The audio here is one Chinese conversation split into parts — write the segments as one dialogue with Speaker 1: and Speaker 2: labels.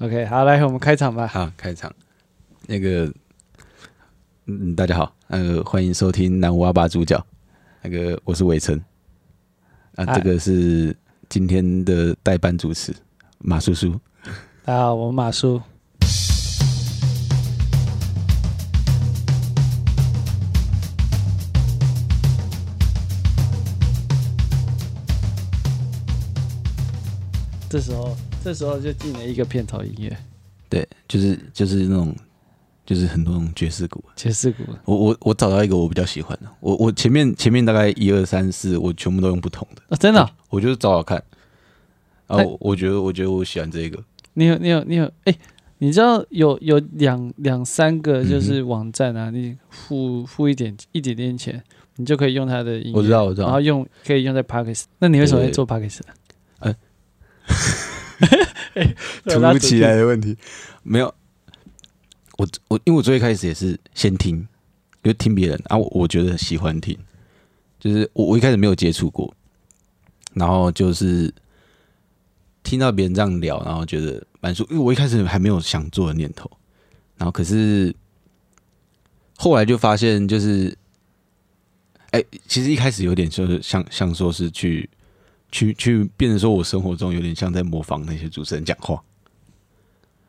Speaker 1: OK，好，来我们开场吧。
Speaker 2: 好，开场。那个，嗯，大家好，那个欢迎收听南无阿爸主角。那个，我是伟成。啊，
Speaker 1: 嗨
Speaker 2: 这个是今天的代班主持马叔叔。
Speaker 1: 大家好，我马叔。这时候，这时候就进了一个片头音乐，
Speaker 2: 对，就是就是那种，就是很多那种爵士鼓。
Speaker 1: 爵士鼓。
Speaker 2: 我我我找到一个我比较喜欢的，我我前面前面大概一二三四，我全部都用不同的，
Speaker 1: 哦，真的哦、
Speaker 2: 我就是找找看。啊，
Speaker 1: 那
Speaker 2: 我我觉得我觉得我喜欢这个，
Speaker 1: 你有，你有，你有，哎、你知道有有两两三个就是网站啊，你付付一点一点点钱，你就可以用它的音乐。
Speaker 2: 我知道我知
Speaker 1: 然后
Speaker 2: 道。
Speaker 1: 用可以用在 Pockets。那你为什么会做 Pockets？
Speaker 2: 呃
Speaker 1: 突哎
Speaker 2: 突如其来的问题，没有。我我因为我最开始也是先听，就听别人啊，我我觉得喜欢听，就是我我一开始没有接触过，然后就是听到别人这样聊，然后觉得蛮舒，因为我一开始还没有想做的念头，然后可是后来就发现就是，哎、其实一开始有点就是像像说是去去去，变成说我生活中有点像在模仿那些主持人讲话，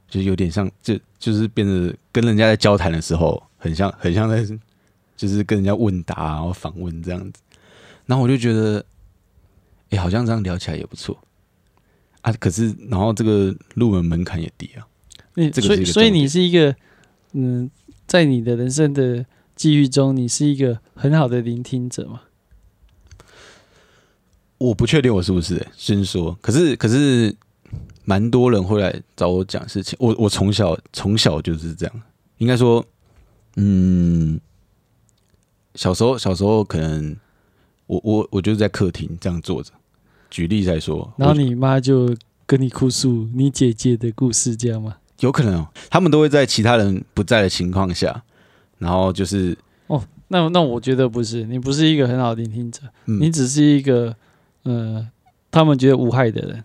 Speaker 2: 就是有点像，就就是变得跟人家在交谈的时候，很像很像在就是跟人家问答，然后访问这样子。然后我就觉得，哎、好像这样聊起来也不错啊。可是，然后这个入门门槛也低啊。
Speaker 1: 你
Speaker 2: 这个
Speaker 1: 所
Speaker 2: 是
Speaker 1: 以
Speaker 2: 一个
Speaker 1: 所以
Speaker 2: 重点
Speaker 1: 你是一个嗯，在你的人生的际遇中，你是一个很好的聆听者嘛？
Speaker 2: 我不确定我是不是、欸，先说。可是可是，蛮多人会来找我讲事情。我我从小从小就是这样，应该说，嗯，小时候小时候可能我我我就是在客厅这样坐着。举例来说，
Speaker 1: 然后
Speaker 2: 我
Speaker 1: 你妈就跟你哭诉你姐姐的故事，这样吗？
Speaker 2: 有可能哦、他们都会在其他人不在的情况下，然后就是
Speaker 1: 那那我觉得不是，你不是一个很好的聆听者，
Speaker 2: 嗯
Speaker 1: 你只是一个呃，他们觉得无害的人。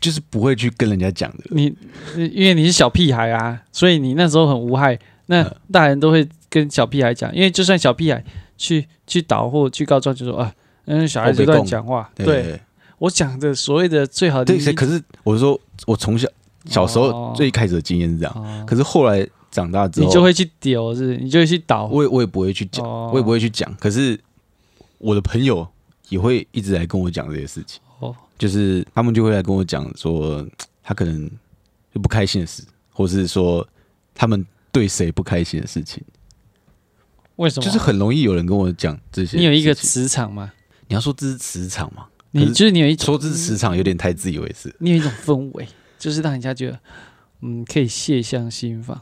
Speaker 2: 就是不会去跟人家讲的。
Speaker 1: 你呃因为你是小屁孩啊，所以你那时候很无害。那
Speaker 2: 嗯
Speaker 1: 大人都会跟小屁孩讲，因为就算小屁孩去去捣或去告状，就说啊，嗯，小孩子
Speaker 2: 我被
Speaker 1: 乱
Speaker 2: 供
Speaker 1: 讲话。
Speaker 2: 对
Speaker 1: 对我讲的所谓的最好的
Speaker 2: 对
Speaker 1: 例子，
Speaker 2: 对，可是我是说，我从小小时
Speaker 1: 哦
Speaker 2: 候最开始的经验是这样，
Speaker 1: 哦
Speaker 2: 可是后来长大之后，
Speaker 1: 你就会去丢，是不是你就会去捣，
Speaker 2: 我也我也不会去讲，
Speaker 1: 哦
Speaker 2: 我也不会去讲。可是我的朋友也会一直来跟我讲这些事情，
Speaker 1: 哦
Speaker 2: 就是他们就会来跟我讲说他可能就不开心的事，或是说他们对谁不开心的事情，
Speaker 1: 为什么？
Speaker 2: 就是很容易有人跟我讲这些事情。
Speaker 1: 你有一个磁场嘛，
Speaker 2: 你要说这是磁场嘛？可
Speaker 1: 你
Speaker 2: 是
Speaker 1: 就是你有一种
Speaker 2: 说这是磁场有点太自以为是。
Speaker 1: 你有一种氛围，就是让人家觉得嗯，可以卸下心防，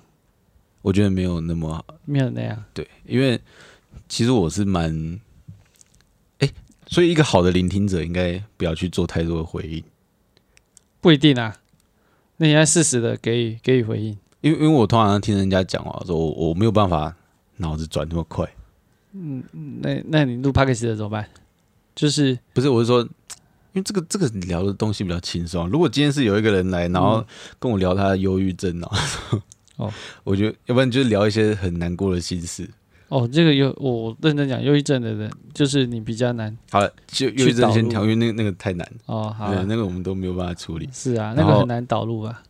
Speaker 2: 我觉得没有那么好
Speaker 1: 没有那样。
Speaker 2: 对，因为其实我是蛮，哎、所以一个好的聆听者应该不要去做太多的回应。
Speaker 1: 不一定啊。那你要适时的给予给予回应。
Speaker 2: 因为因为我通常听人家讲话的时候，我我没有办法脑子转那么快。
Speaker 1: 那那你录 p o d c a s 的怎么办？就是
Speaker 2: 不是，我是说，因为这个这个聊的东西比较轻松。啊如果今天是有一个人来，然后跟我聊他的忧郁症啊，
Speaker 1: 哦
Speaker 2: 嗯哦， 我觉得要不然就是聊一些很难过的心事。
Speaker 1: 哦，这个有我认真讲，忧郁症的人就是你比较难
Speaker 2: 好了，就忧郁症
Speaker 1: 导
Speaker 2: 先
Speaker 1: 入
Speaker 2: 调，因为那个那个太难，
Speaker 1: 哦。好
Speaker 2: 对，
Speaker 1: 啊，
Speaker 2: 那个我们都没有办法处理。
Speaker 1: 是啊，
Speaker 2: 然
Speaker 1: 那
Speaker 2: 后
Speaker 1: 个很难导入啊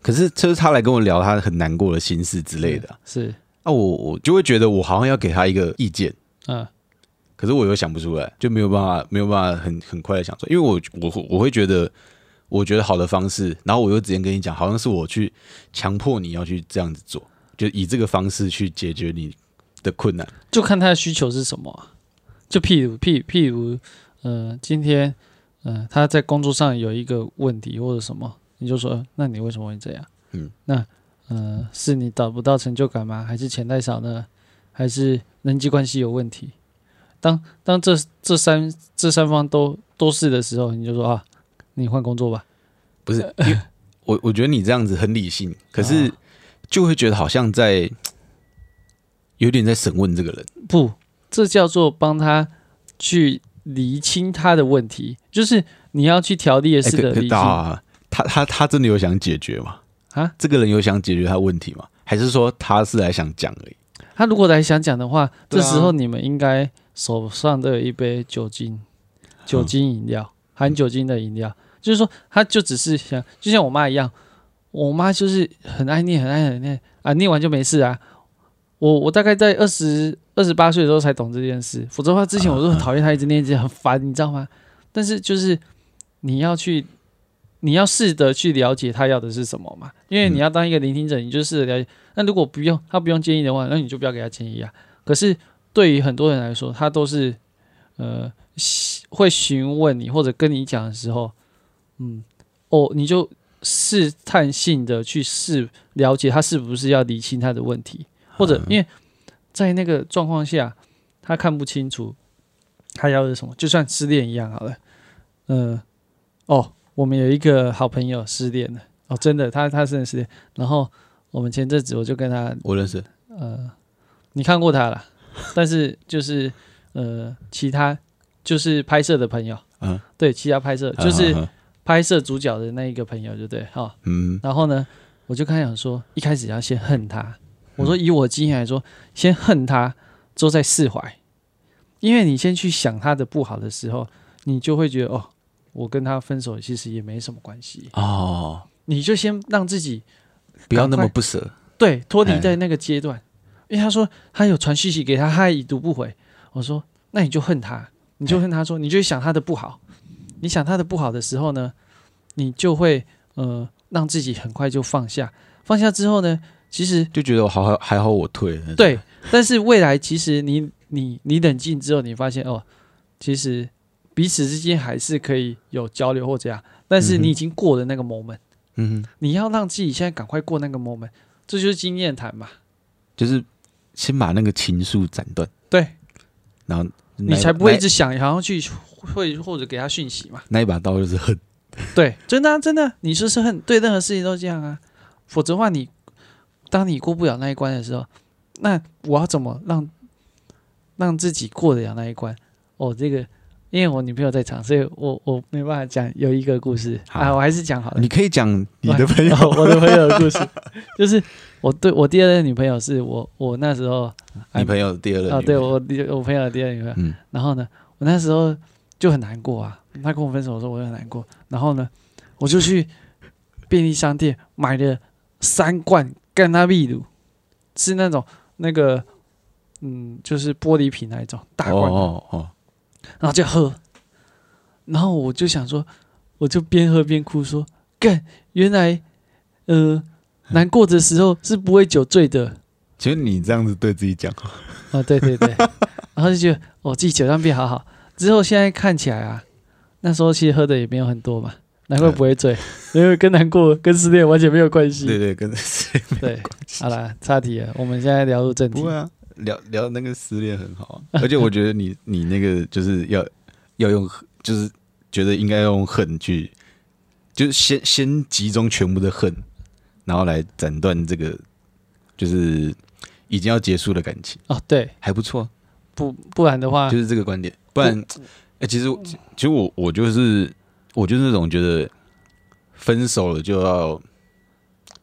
Speaker 2: 可是就是他来跟我聊他很难过的心事之类的啊，
Speaker 1: 是，
Speaker 2: 啊，我我就会觉得我好像要给他一个意见。
Speaker 1: 嗯，
Speaker 2: 可是我又想不出来，就没有办法，没有办法很很快的想出来，因为我我会我会觉得，我觉得好的方式，然后我又直接跟你讲，好像是我去强迫你要去这样子做，就以这个方式去解决你的困难。
Speaker 1: 就看他的需求是什么啊、就譬如譬譬如，呃，今天呃他在工作上有一个问题或者什么，你就说，呃那你为什么会这样？
Speaker 2: 嗯，
Speaker 1: 那呃是你找不到成就感吗？还是钱太少呢？还是人际关系有问题？当当这这三这三方都都是的时候，你就说啊，你换工作吧。
Speaker 2: 不是，因为我我觉得你这样子很理性，可是
Speaker 1: 啊
Speaker 2: 就会觉得好像在有点在审问这个人。
Speaker 1: 不，这叫做帮他去厘清他的问题，就是你要去条列
Speaker 2: 哎
Speaker 1: 式的
Speaker 2: 可
Speaker 1: 厘
Speaker 2: 可
Speaker 1: 清。
Speaker 2: 啊，他他他真的有想解决吗？
Speaker 1: 啊？
Speaker 2: 这个人有想解决他问题吗？还是说他是来想讲而已？
Speaker 1: 他如果来想讲的话，
Speaker 2: 对
Speaker 1: 这
Speaker 2: 啊
Speaker 1: 时候你们应该手上都有一杯酒精，酒精饮料，含酒精的饮料，就是说，他就只是想，就像我妈一样，我妈就是很爱念，很爱很爱念啊，念完就没事啊。我我大概在二十二十八岁的时候才懂这件事，否则的话之前我都很讨厌她一直念，一直很烦，你知道吗？但是就是你要去，你要试着去了解她要的是什么嘛，因为你要当一个聆听者，你就试着了解。那如果不用他不用建议的话，那你就不要给他建议啊。可是对于很多人来说，他都是呃喜会询问你或者跟你讲的时候，嗯，哦，你就试探性的去试了解他是不是要理清他的问题，或
Speaker 2: 嗯
Speaker 1: 者因为在那个状况下，他看不清楚他要的是什么，就算失恋一样好了，呃，哦，我们有一个好朋友失恋了，哦，真的，他他真的失恋，然后。我们前阵子我就跟他，
Speaker 2: 我认识，
Speaker 1: 呃，你看过他了，但是就是呃，其他就是拍摄的朋友，
Speaker 2: 嗯，
Speaker 1: 对，其他拍摄就是
Speaker 2: 嗯
Speaker 1: 拍摄主角的那一个朋友，对不对？哦哈、
Speaker 2: 嗯
Speaker 1: 然后呢，我就跟他讲说，一开始要先恨他，我说以我经验来说，先恨他之后再释怀，因为你先去想他的不好的时候，你就会觉得哦，我跟他分手其实也没什么关系，
Speaker 2: 哦，
Speaker 1: 你就先让自己
Speaker 2: 不要那么
Speaker 1: 赶快
Speaker 2: 不舍，
Speaker 1: 对，脱离
Speaker 2: 哎
Speaker 1: 在那个阶段，因为他说他有传讯息给他，他还已读不回。我说那你就恨他，你就恨他说，你就想他的不好。你想他的不好的时候呢，你就会呃让自己很快就放下，放下之后呢，其实
Speaker 2: 就觉得我好好还好我退了。
Speaker 1: 对，但是未来其实你你你冷静之后，你发现哦，其实彼此之间还是可以有交流或怎样，但是
Speaker 2: 嗯哼
Speaker 1: 你已经过了那个 moment，、
Speaker 2: 嗯哼，
Speaker 1: 你要让自己现在赶快过那个 moment，这就是经验谈嘛。
Speaker 2: 就是先把那个情愫斩断，
Speaker 1: 对，
Speaker 2: 然后
Speaker 1: 你
Speaker 2: 那
Speaker 1: 才不会
Speaker 2: 那
Speaker 1: 一直想，然后去会或者给他讯息嘛？
Speaker 2: 那一把刀就是 恨。
Speaker 1: 对，真的、啊、真的啊，你就是很对任何事情都这样啊，否则的话你，当你过不了那一关的时候，那我要怎么让让自己过得了那一关？哦，这个因为我女朋友在场，所以我我没办法讲有一个故事
Speaker 2: 好
Speaker 1: 啊，我还是讲好了
Speaker 2: 你。可以讲你的朋友，
Speaker 1: 哦我的朋友的故事就是我对我第二任女朋友是我我那时候
Speaker 2: 你朋友的第二任
Speaker 1: 啊，
Speaker 2: 女
Speaker 1: 对
Speaker 2: 朋友
Speaker 1: 我第我朋友的第二女朋友，
Speaker 2: 嗯
Speaker 1: 然后呢，我那时候就很难过啊。他跟我分手的时候，我就很难过。然后呢，我就去便利商店买了三罐干拉秘鲁，是那种那个嗯，就是玻璃瓶那一种大罐的，
Speaker 2: 哦哦哦，
Speaker 1: 然后就喝。然后我就想说，我就边喝边哭说，干，原来呃，难过的时候是不会酒醉的。
Speaker 2: 其实你这样子对自己讲，
Speaker 1: 啊，对对对， 然后就觉得我、哦自己酒量变好好，之后现在看起来啊，那时候其实喝的也没有很多嘛，难怪不会 醉，因为跟难过跟失恋完全没有关系。
Speaker 2: 对对，跟谁没
Speaker 1: 对好啦，差题了，我们现在聊入正题
Speaker 2: 不。会啊，聊聊那个失恋很好啊，而 且我觉得你你那个就是要要用，就是觉得应该要用恨去，就是先先集中全部的恨，然后来斩断这个就是已经要结束的感情，
Speaker 1: 哦，对，
Speaker 2: 还不错啊，啊
Speaker 1: 不不然的话
Speaker 2: 就，是这个观点。不然，哎、其实我其实我我就是我就是那种觉得分手了就要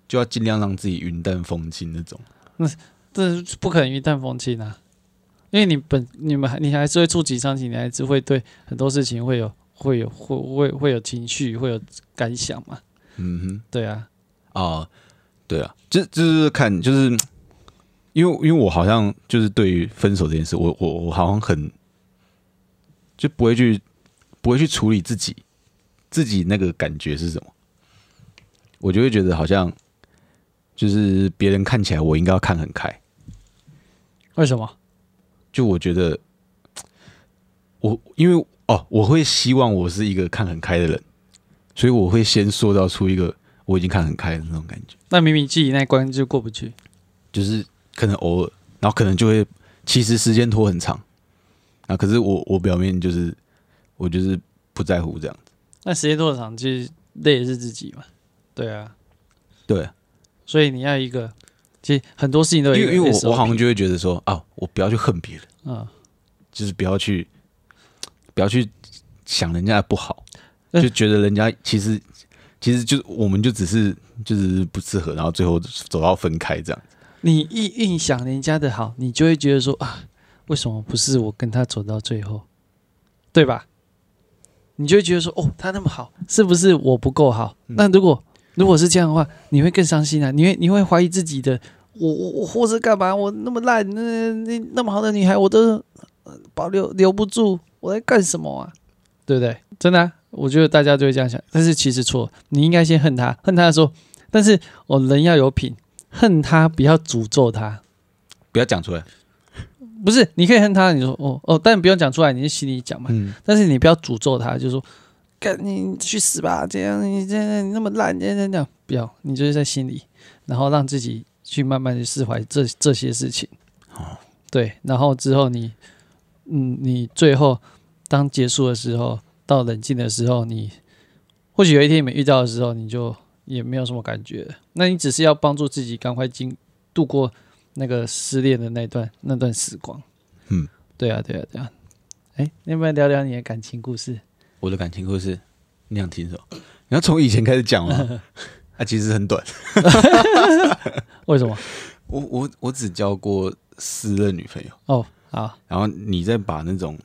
Speaker 2: 就要尽量让自己云淡风轻那种。
Speaker 1: 这是不可能云淡风轻啊，因为你本你们还你还是会触及伤情，你还是会对很多事情会有会有会会会有情绪，会有感想嘛。
Speaker 2: 嗯哼。
Speaker 1: 对啊，
Speaker 2: 啊、对啊，这这就是看，就是因为因为我好像就是对于分手这件事，我我我好像很就不会去不会去处理自己自己那个感觉是什么，我就会觉得好像就是别人看起来我应该要看很开，
Speaker 1: 为什么？
Speaker 2: 就我觉得我因为哦，我会希望我是一个看很开的人，所以我会先塑造出一个我已经看很开的那种感觉。
Speaker 1: 那明明自己那一关就过不去，
Speaker 2: 就是可能偶尔，然后可能就会，其实时间拖很长，啊，可是我我表面就是我就是不在乎这样子，
Speaker 1: 那时间多长，其实累的是自己嘛。对啊，
Speaker 2: 对，
Speaker 1: 所以你要一个，其实很多事情都有一
Speaker 2: 因
Speaker 1: 个
Speaker 2: 为因为我
Speaker 1: SOP
Speaker 2: 我好像就会觉得说啊，我不要去恨别人，
Speaker 1: 嗯，
Speaker 2: 就是不要去不要去想人家的不好，
Speaker 1: 呃
Speaker 2: 嗯就觉得人家其实其实就我们就只是就是不适合，然后最后走到分开这样。
Speaker 1: 你一硬想人家的好，你就会觉得说啊，为什么不是我跟他走到最后，对吧？你就会觉得说，哦，他那么好，是不是我不够好？
Speaker 2: 嗯
Speaker 1: 那如果如果是这样的话，你会更伤心啊！你会你会怀疑自己的，我我我活着干嘛？我那么烂，那那那么好的女孩，我都呃保留留不住，我在干什么啊？对不对？真的啊、我觉得大家就会这样想，但是其实错，你应该先恨他，恨他的时候，但是我、人要有品，恨他，不要诅咒他。
Speaker 2: 不要讲出来，
Speaker 1: 不是，你可以恨他，你说哦哦，但不用讲出来，你就心里讲嘛。
Speaker 2: 嗯，
Speaker 1: 但是你不要诅咒他，就说干你去死吧，这样你这样你那么烂，这样这样这样，不要，你就是在心里，然后让自己去慢慢的释怀这这些事情。
Speaker 2: 哦
Speaker 1: 对，然后之后你，嗯，你最后当结束的时候，到冷静的时候，你或许有一天你们遇到的时候，你就也没有什么感觉了，那你只是要帮助自己赶快经度过那个失恋的那段那段时光。
Speaker 2: 嗯，
Speaker 1: 对啊，对啊，对啊。哎，你要不要聊聊你的感情故事？
Speaker 2: 我的感情故事，你想听什么？你要从以前开始讲 吗？啊，其实很短，
Speaker 1: 为什么？
Speaker 2: 我我我只交过四任女朋友，
Speaker 1: 哦，好
Speaker 2: 然后你再把那种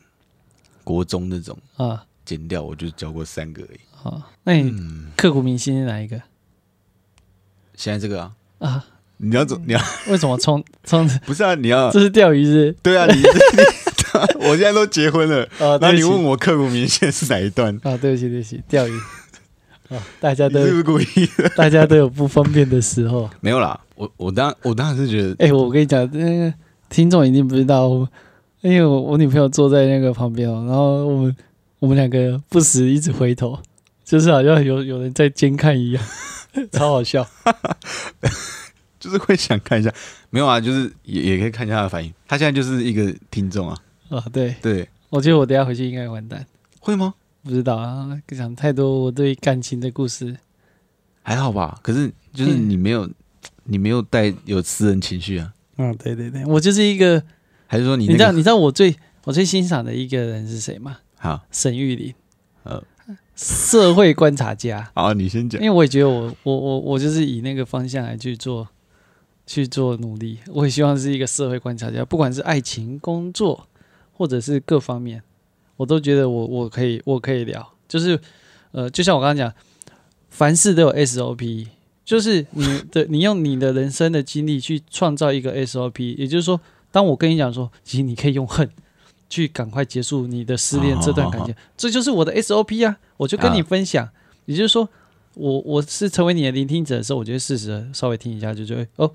Speaker 2: 国中那种
Speaker 1: 啊
Speaker 2: 减掉，我就交过三个而已。
Speaker 1: 好，那你
Speaker 2: 嗯
Speaker 1: 刻骨铭心是哪一个
Speaker 2: 现在这个啊，
Speaker 1: 啊？
Speaker 2: 你要怎你要
Speaker 1: 为什么冲冲？
Speaker 2: 不 是啊？你要
Speaker 1: 这是钓鱼是
Speaker 2: 对啊，你你 我现在都结婚了，
Speaker 1: 不是？啊，对
Speaker 2: 那
Speaker 1: 不
Speaker 2: 你
Speaker 1: 起
Speaker 2: 问我刻骨铭心是哪一段？
Speaker 1: 啊，对不起，对不起，钓鱼。啊，大家
Speaker 2: 你是不
Speaker 1: 都
Speaker 2: 是故意的？
Speaker 1: 大家都有不方便的时候。
Speaker 2: 没有啦，我我当我当然是觉得
Speaker 1: 哎、我跟你讲，那个听众一定不知道，我因为我我女朋友坐在那个旁边哦，然后我们我们两个不时一直回头，就是好像有有人在监看一样， 超好笑。
Speaker 2: 就是会想看一下，没有啊，就是也也可以看一下他的反应。他现在就是一个听众啊，
Speaker 1: 啊，对，
Speaker 2: 对，
Speaker 1: 我觉得我等一下回去应该完蛋，
Speaker 2: 会吗？
Speaker 1: 不知道啊，讲太多我对感情的故事。
Speaker 2: 还好吧，可是就是
Speaker 1: 嗯
Speaker 2: 你没有，你没有带有私人情绪啊，
Speaker 1: 嗯，对对对，我就是一个，
Speaker 2: 还是说你
Speaker 1: 你
Speaker 2: 那
Speaker 1: 知道
Speaker 2: 个
Speaker 1: 你知道我最我最欣赏的一个人是谁吗？
Speaker 2: 好？
Speaker 1: 沈玉琳，
Speaker 2: 呃，
Speaker 1: 社会观察家。
Speaker 2: 好，你先讲
Speaker 1: 因。为我也觉得我我我我就是以那个方向来去做去做努力，我也希望是一个社会观察家，不管是爱情、工作，或者是各方面，我都觉得我我可以我可以聊，就是呃，就像我刚刚讲，凡事都有 SOP，就是你的 你用你的人生的经历去创造一个 SOP，也就是说，当我跟你讲说，其实你可以用恨。去赶快结束你的失恋这段感情，这就是我的 SOP 啊！我就跟你
Speaker 2: 啊
Speaker 1: 分享，也就是说，我我是成为你的聆听者的时候，我就会适时的稍微听一下，就觉得哦，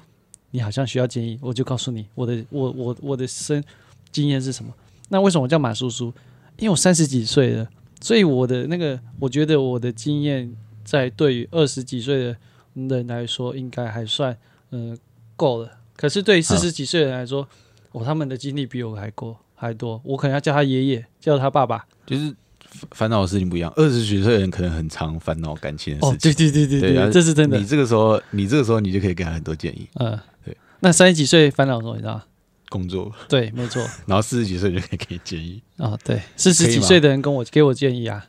Speaker 1: 你好像需要建议，我就告诉你我的我我我的生经验是什么。那为什么我叫马叔叔？因为我三十几岁了，所以我的那个我觉得我的经验在对于二十几岁的人来说，应该还算嗯够了。可是对于四十几岁的人来说，哦，他们的经历比我还多还多，我可能要叫他爷爷，叫他爸爸。
Speaker 2: 就是烦烦恼的事情不一样。二十几岁的人可能很常烦恼感情的
Speaker 1: 哦
Speaker 2: 事，情，
Speaker 1: 对对对对
Speaker 2: 对啊
Speaker 1: 对，这是真的
Speaker 2: 你。这个时候，你这个时候你就可以给他很多建议，
Speaker 1: 嗯，
Speaker 2: 对。
Speaker 1: 那三十几岁烦恼什么？你知道吗？
Speaker 2: 工作，
Speaker 1: 对，没错。
Speaker 2: 然后四十几岁就可以给建议，
Speaker 1: 哦，对，四十
Speaker 2: 可以
Speaker 1: 几
Speaker 2: 吗
Speaker 1: 岁的人跟我给我建议啊。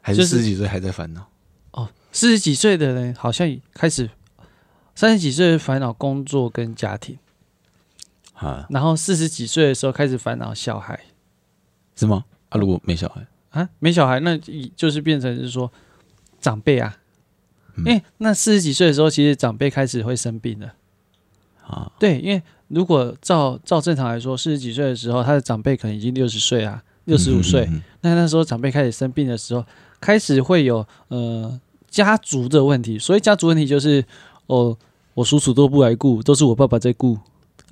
Speaker 2: 还
Speaker 1: 就是是
Speaker 2: 四十几岁还在烦恼？
Speaker 1: 哦，四十几岁的人好像开始，三十几岁烦恼工作跟家庭，
Speaker 2: 啊，
Speaker 1: 然后四十几岁的时候开始烦恼小孩
Speaker 2: 是吗？啊，如果没小孩，
Speaker 1: 啊，没小孩，那以就是变成是说长辈啊，
Speaker 2: 嗯
Speaker 1: 因为那四十几岁的时候，其实长辈开始会生病了。
Speaker 2: 啊，
Speaker 1: 对，因为如果照照正常来说，四十几岁的时候，他的长辈可能已经六十岁啊，六十五岁，
Speaker 2: 嗯，嗯嗯
Speaker 1: 那那时候长辈开始生病的时候，开始会有呃家族的问题。所以家族问题就是，哦，我叔叔都不来顾，都是我爸爸在顾。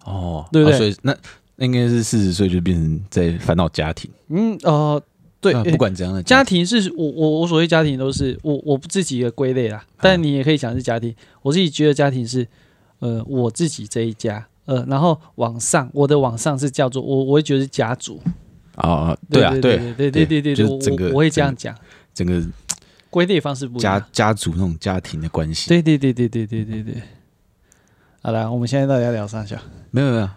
Speaker 2: 哦，
Speaker 1: 对不对
Speaker 2: 啊所以那那应该是四十岁就变成在烦恼家庭，
Speaker 1: 嗯，哦，对，
Speaker 2: 啊
Speaker 1: 诶
Speaker 2: 不管怎样的
Speaker 1: 家
Speaker 2: 庭，
Speaker 1: 庭是我我我所谓家庭都是我我自己的归类啦，
Speaker 2: 嗯
Speaker 1: 但你也可以讲是家庭。我自己觉得家庭是，呃，我自己这一家，呃，然后往上，我的往上是叫做我我会觉得是家族。
Speaker 2: 啊，对啊，
Speaker 1: 对
Speaker 2: 对
Speaker 1: 对对对对
Speaker 2: 就
Speaker 1: 对，
Speaker 2: 是
Speaker 1: 我
Speaker 2: 整个
Speaker 1: 我我会这样讲，
Speaker 2: 整个
Speaker 1: 归类方式不一
Speaker 2: 家
Speaker 1: 样。
Speaker 2: 家族那种家庭的关系，
Speaker 1: 对对对对对对对对。好啦，我们现在到底要聊啥小？
Speaker 2: 没有没有。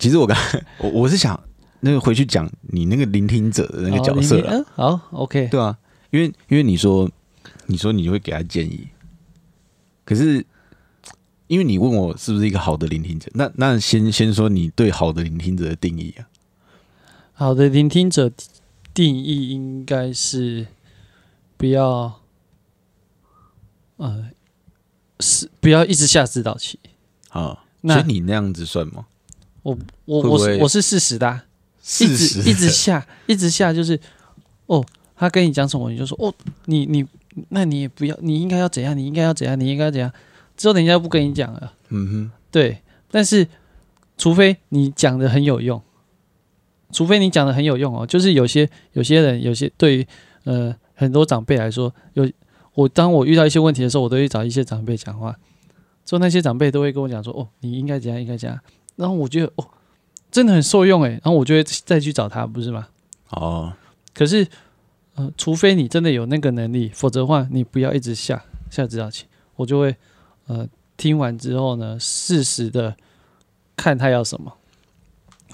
Speaker 2: 其实我刚 我我是想那个回去讲你那个聆听者的那个角色
Speaker 1: 好你
Speaker 2: 啊，
Speaker 1: 你嗯好，OK，
Speaker 2: 对啊，因为因为你说你说你会给他建议，可是因为你问我是不是一个好的聆听者，那那先先说你对好的聆听者的定义啊，
Speaker 1: 好的聆听者定义应该是不要，呃，是不要一直下指导棋。
Speaker 2: 啊，
Speaker 1: 那
Speaker 2: 所以你那样子算吗？
Speaker 1: 我我
Speaker 2: 会不
Speaker 1: 我是
Speaker 2: 会
Speaker 1: 我是事实的啊、一
Speaker 2: 事
Speaker 1: 直
Speaker 2: 实
Speaker 1: 一直下一直下就是，哦，他跟你讲什么你就说哦，你你那你也不要，你应该要怎样，你应该要怎样，你应该要怎样，之后人家不跟你讲了，
Speaker 2: 嗯
Speaker 1: 对，但是除非你讲的很有用，除非你讲的很有用哦，就是有些有些人有些对于呃很多长辈来说，有我当我遇到一些问题的时候，我都会找一些长辈讲话，之后那些长辈都会跟我讲说，哦，你应该怎样，应该怎样，然后我觉得哦，真的很受用诶，然后我就会再去找他，不是吗？
Speaker 2: 哼，哦，
Speaker 1: 可是呃，除非你真的有那个能力，否则的话，你不要一直下下指导棋，我就会呃听完之后呢，适时的看他要什么。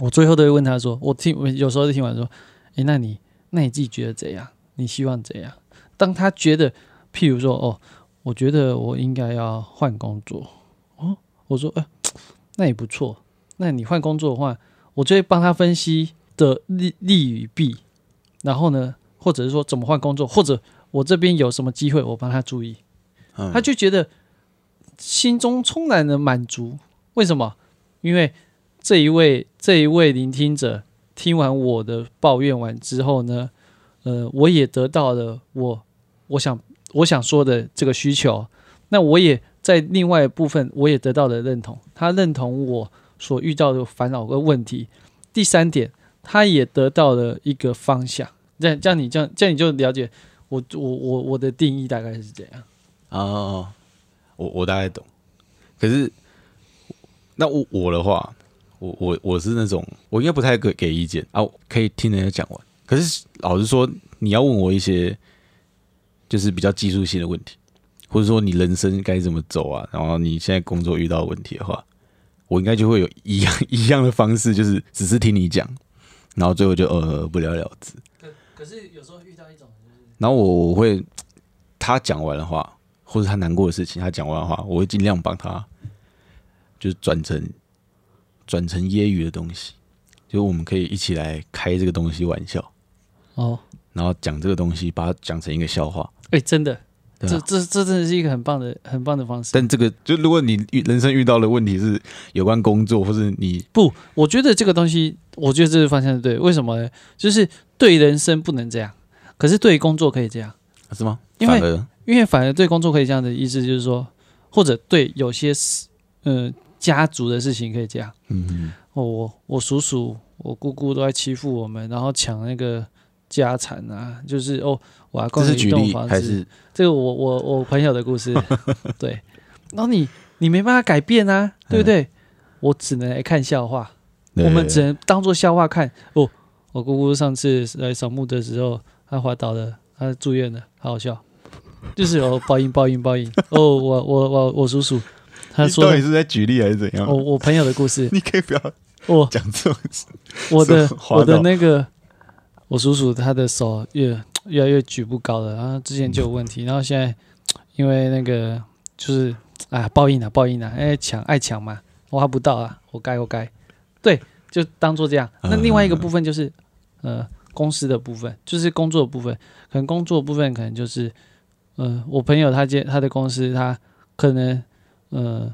Speaker 1: 我最后都会问他说，我听我有时候就听完说，诶，哎那你那你自己觉得怎样？你希望怎样？当他觉得，譬如说，哦，我觉得我应该要换工作，哦，我说，呃，那也不错。那你换工作的话，我就会帮他分析的利利与弊，然后呢，或者是说怎么换工作，或者我这边有什么机会，我帮他注意。
Speaker 2: 嗯
Speaker 1: 他就觉得心中充满了满足。为什么？因为这一位这一位聆听者听完我的抱怨完之后呢，呃，我也得到了我我想我想说的这个需求，那我也在另外一部分我也得到了认同，他认同我所遇到的烦恼跟问题。第三点，他也得到了一个方向。这样这样你这样这样你就了解我我我我的定义大概是这样。
Speaker 2: 哦，我我大概懂。可是，那我我的话，我我我是那种我应该不太给给意见啊，我可以听人家讲完。可是老实说，你要问我一些就是比较技术性的问题，或者说你人生该怎么走啊，然后你现在工作遇到的问题的话，我应该就会有一样一样的方式，就是只是听你讲，然后最后就呃不了了之。
Speaker 1: 可是有时候遇到一种，
Speaker 2: 然后我我会他讲完的话，或者他难过的事情，他讲完的话，我会尽量帮他，就是转成转成揶揄的东西，就是我们可以一起来开这个东西玩笑，
Speaker 1: 哦，
Speaker 2: 然后讲这个东西，把它讲成一个笑话。
Speaker 1: 哎、真的，
Speaker 2: 对
Speaker 1: 这
Speaker 2: 啊
Speaker 1: 这这真的是一个很棒的、很棒的方式。
Speaker 2: 但这个就如果你遇人生遇到的问题是有关工作，或是你
Speaker 1: 不，我觉得这个东西，我觉得这个方向是对的。为什么呢？就是对人生不能这样，可是对工作可以这样，
Speaker 2: 啊是吗？
Speaker 1: 因为
Speaker 2: 反而
Speaker 1: 因为反而对工作可以这样的意思就是说，或者对有些事，呃，家族的事情可以这样。
Speaker 2: 嗯，
Speaker 1: 哦，我我叔叔、我姑姑都在欺负我们，然后抢那个家产啊，就是哦，我阿公
Speaker 2: 这
Speaker 1: 有
Speaker 2: 是
Speaker 1: 一
Speaker 2: 举
Speaker 1: 栋
Speaker 2: 例
Speaker 1: 房
Speaker 2: 还
Speaker 1: 子，
Speaker 2: 是
Speaker 1: 这个我我我朋友的故 事，对，然后你你没办法改变
Speaker 2: 嗯
Speaker 1: 啊，对不对？我只能来看笑话，我们只能当做笑话看。哦，我姑姑上次来扫墓的时候，她滑倒了，她住院了，好好笑，就是哦，报应报应报应。哦，我我我我叔叔，他
Speaker 2: 他
Speaker 1: 说哦
Speaker 2: 说到底是在举例还是怎样？
Speaker 1: 我我朋友的故事， 哦
Speaker 2: 你可以不要
Speaker 1: 我
Speaker 2: 讲这种事
Speaker 1: 我的
Speaker 2: 是滑
Speaker 1: 我的
Speaker 2: 倒
Speaker 1: 那个我叔叔他的手越越来越举不高了，然后之前就有问题，然后现在因为那个就是啊报应啊报应啊，哎抢爱抢嘛，挖不到啊，活该活该，对，就当做这样。那另外一个部分就是呃公司的部分，就是工作的部分，可能工作的部分可能就是呃我朋友他接他的公司他可能呃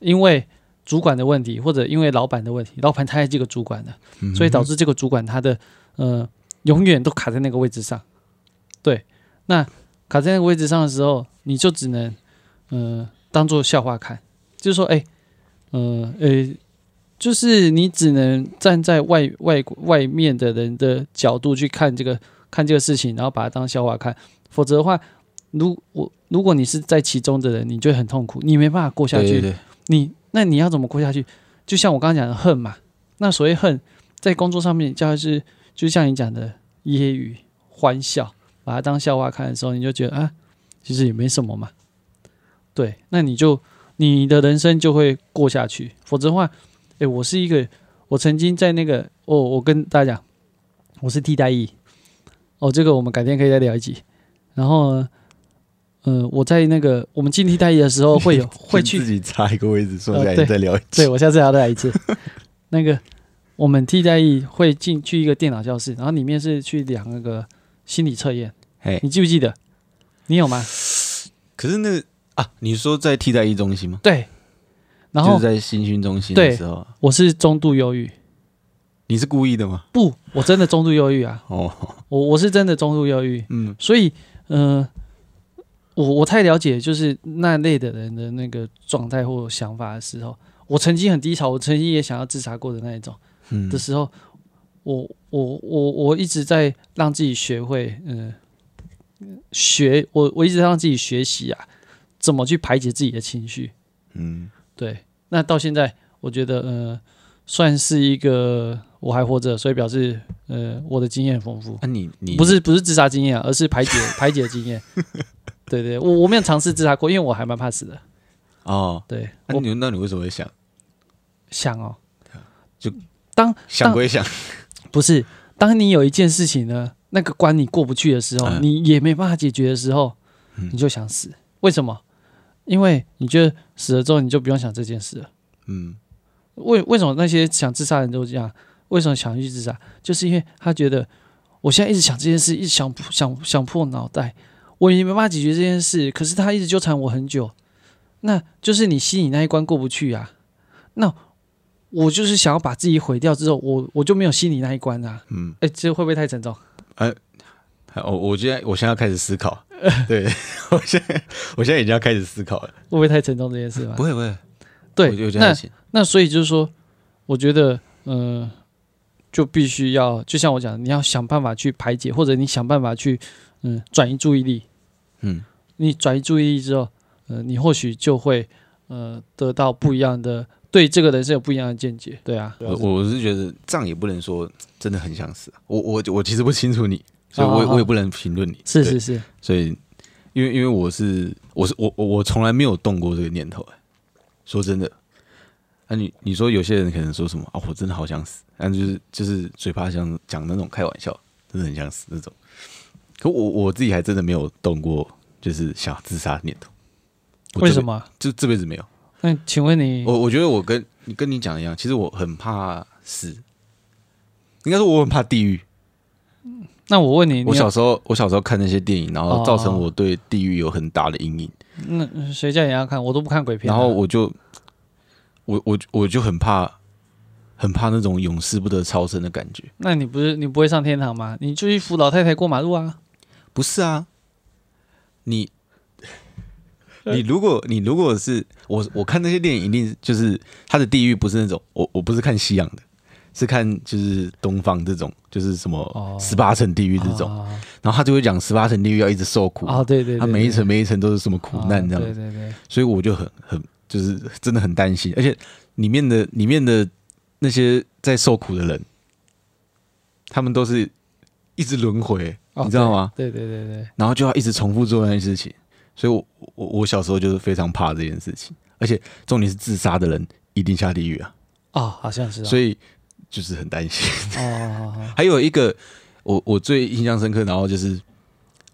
Speaker 1: 因为。主管的问题，或者因为老板的问题，老板他也是一个主管的，
Speaker 2: 嗯
Speaker 1: 所以导致这个主管他的呃永远都卡在那个位置上。对，那卡在那个位置上的时候，你就只能呃当做笑话看，就是说，哎、呃，呃、就是你只能站在外外外面的人的角度去看这个看这个事情，然后把它当笑话看，否则的话。如我如果你是在其中的人，你就会很痛苦，你没办法过下
Speaker 2: 对
Speaker 1: 去。
Speaker 2: 对对，
Speaker 1: 你那你要怎么过下去？就像我刚刚讲的恨嘛，那所谓恨，在工作上面就是就像你讲的揶揄、欢笑，把它当笑话看的时候，你就觉得啊，其实也没什么嘛。对，那你就你的人生就会过下去，否则的话，诶，我是一个，我曾经在那个，哦，我跟大家讲，我是替代役，哦，这个我们改天可以再聊一集。然后呢，呃，我在那个我们进替代役的时候哦会有会
Speaker 2: 自
Speaker 1: 去，
Speaker 2: 己插一个位置，说
Speaker 1: 呃
Speaker 2: 下来
Speaker 1: 对
Speaker 2: 再聊一集
Speaker 1: 对。我下次还要再来一次。那个我们替代役会进去一个电脑教室，然后里面是去量那个心理测验，
Speaker 2: 哎，
Speaker 1: 你记不记得？你有 吗？
Speaker 2: 可是那个啊，你说在替代一中心吗？
Speaker 1: 对。然
Speaker 2: 就
Speaker 1: 后
Speaker 2: 是在新训中心的
Speaker 1: 对
Speaker 2: 时候啊，
Speaker 1: 我是中度忧郁，
Speaker 2: 你是故意的吗？
Speaker 1: 不，我真的中度忧郁啊，
Speaker 2: 哦，
Speaker 1: 我我是真的中度忧郁，
Speaker 2: 嗯，
Speaker 1: 所以，呃，我我太了解就是那类的人的那个状态或想法的时候，我曾经很低潮，我曾经也想要自杀过的那一种
Speaker 2: 嗯
Speaker 1: 的时候，我我我我一直在让自己学会，嗯、学我我一直在让自己学习啊，怎么去排解自己的情绪。
Speaker 2: 嗯，
Speaker 1: 对，那到现在我觉得，呃，算是一个我还活着，所以表示，呃，我的经验丰富。
Speaker 2: 那啊你你
Speaker 1: 不是不是自杀经验啊，而是排解 排解经验。对对，我我没有尝试自杀过，因为我还蛮怕死的。
Speaker 2: 哦？
Speaker 1: 对，
Speaker 2: 那
Speaker 1: 我
Speaker 2: 你那你为什么会想
Speaker 1: 想哦，
Speaker 2: 就
Speaker 1: 当
Speaker 2: 想归想，
Speaker 1: 不是当你有一件事情呢，那个关你过不去的时候，
Speaker 2: 嗯
Speaker 1: 你也没办法解决的时候，
Speaker 2: 嗯
Speaker 1: 你就想死。为什么？因为你觉得死了之后你就不用想这件事了。
Speaker 2: 嗯，
Speaker 1: 为为什么那些想自杀的人都这样？为什么想去自杀？就是因为他觉得我现在一直想这件事，一直想想想破脑袋，我也没办法解决这件事。可是他一直纠缠我很久，那就是你心里那一关过不去啊。那我就是想要把自己毁掉之后，我我就没有心里那一关啊。
Speaker 2: 嗯，
Speaker 1: 哎、这会不会太沉重？
Speaker 2: 我我现在我现在要开始 思考，对 我现在我现在已经要开始思考了，
Speaker 1: 会不会太沉重这件事吧
Speaker 2: 不？会不会，
Speaker 1: 对，
Speaker 2: 我觉得我觉得
Speaker 1: 那
Speaker 2: 还行，
Speaker 1: 那所以就是说，我觉得，呃，就必须要，就像我讲的，你要想办法去排解，或者你想办法去，嗯、转移注意力。
Speaker 2: 嗯，
Speaker 1: 你转移注意力之后，呃，你或许就会，呃，得到不一样的对这个人生有不一样的见解。对啊，
Speaker 2: 我我是觉得这样也不能说真的很想死啊，我我我其实不清楚你，所以我也
Speaker 1: 哦哦哦
Speaker 2: 我也不能评论你，
Speaker 1: 是
Speaker 2: 对
Speaker 1: 是是，
Speaker 2: 所以因为因为我是我是我我我从来没有动过这个念头、欸，说真的，那、你你说有些人可能说什么啊，我真的好想死，但就是就是嘴巴想讲那种开玩笑，真的很想死那种。可我我自己还真的没有动过，就是想自杀的念头。我这
Speaker 1: 为
Speaker 2: 辈
Speaker 1: 什？么？
Speaker 2: 就这辈子没有。
Speaker 1: 那请问你，
Speaker 2: 我我觉得我跟你跟你讲的一样，其实我很怕死，应该说我很怕地狱。
Speaker 1: 那我问你，
Speaker 2: 我
Speaker 1: 你
Speaker 2: 小
Speaker 1: 有
Speaker 2: 时候我小时候看那些电影，然后造成
Speaker 1: 哦
Speaker 2: 我对地狱有很大的阴影。
Speaker 1: 那谁叫你要看？我都不看鬼片啊、
Speaker 2: 然后我就，我我我就很怕，很怕那种永世不得超生的感觉。
Speaker 1: 那你不是你不会上天堂吗？你就去扶老太太过马路啊！
Speaker 2: 不是啊，你你如果你如果是我我看那些电影，一定就是他的地狱不是那种我我不是看西洋的，是看就是东方这种，就是什
Speaker 1: 哦
Speaker 2: 么十八层地狱这种，
Speaker 1: 啊
Speaker 2: 然后他就会讲十八层地狱要一直受苦，
Speaker 1: 啊，对对对，
Speaker 2: 他每一
Speaker 1: 对
Speaker 2: 层每一层都是什么苦难这样
Speaker 1: 啊对对对，
Speaker 2: 所以我就很很就是 真的很担心，而且里面的里面的那些在受苦的人，他们都是一直轮回，
Speaker 1: 哦
Speaker 2: 你知道吗？
Speaker 1: 对对对对，
Speaker 2: 然后就要一直重复做那件事情，所以我我我小时候就是非常怕这件事情，而且重点是自杀的人一定下地狱啊，
Speaker 1: 哦，好像是哦，
Speaker 2: 所
Speaker 1: 以
Speaker 2: 以就是很担心。
Speaker 1: 哦，好好好
Speaker 2: 还有一个我我最印象深刻，然后就是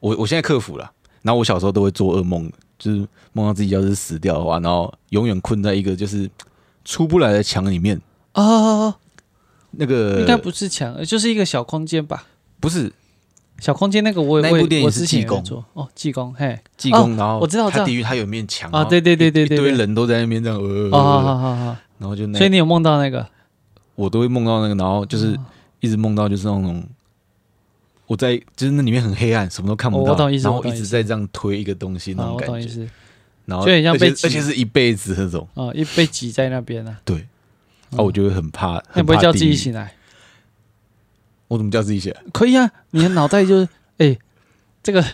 Speaker 2: 我我现在克服了，然后我小时候都会做噩梦，就是梦到自己要是死掉的话，然后永远困在一个就是出不来的墙里面。
Speaker 1: 哦哦，哦
Speaker 2: 那个
Speaker 1: 应该不是墙，呃就是一个小空间吧。
Speaker 2: 不是
Speaker 1: 小空间那个我也
Speaker 2: 那一
Speaker 1: 我也
Speaker 2: 部电影
Speaker 1: 我
Speaker 2: 是
Speaker 1: 之前也
Speaker 2: 济公
Speaker 1: 有做哦，济公嘿
Speaker 2: 济公，然后
Speaker 1: 哦我知道我知
Speaker 2: 他
Speaker 1: 道
Speaker 2: 地狱他有一面墙
Speaker 1: 啊，对对对对
Speaker 2: 一
Speaker 1: 对
Speaker 2: 堆
Speaker 1: 对，
Speaker 2: 人都在那边这样，呃，
Speaker 1: 哦，好好好好，
Speaker 2: 然后就那
Speaker 1: 所以你有梦到那个
Speaker 2: 我都会梦到那个，然后就是一直梦到就是那种。我在就是那里面很黑暗，什么都看不
Speaker 1: 哦我
Speaker 2: 到，
Speaker 1: 我懂意思
Speaker 2: 然后
Speaker 1: 我懂
Speaker 2: 一
Speaker 1: 意
Speaker 2: 直
Speaker 1: 思
Speaker 2: 在这样推一个东西那
Speaker 1: 啊，
Speaker 2: 种
Speaker 1: 我
Speaker 2: 感
Speaker 1: 懂意
Speaker 2: 觉，
Speaker 1: 思
Speaker 2: 然后
Speaker 1: 就很像
Speaker 2: 而且
Speaker 1: 被挤
Speaker 2: 而且是一辈子那种，
Speaker 1: 啊，一被挤在那边啊，
Speaker 2: 对，啊，我就会很怕，
Speaker 1: 那你
Speaker 2: 很
Speaker 1: 不会
Speaker 2: 怕
Speaker 1: 叫
Speaker 2: 地
Speaker 1: 自己
Speaker 2: 狱
Speaker 1: 醒来？
Speaker 2: 我怎么叫自己写？
Speaker 1: 可以啊，你的脑袋就是哎，这个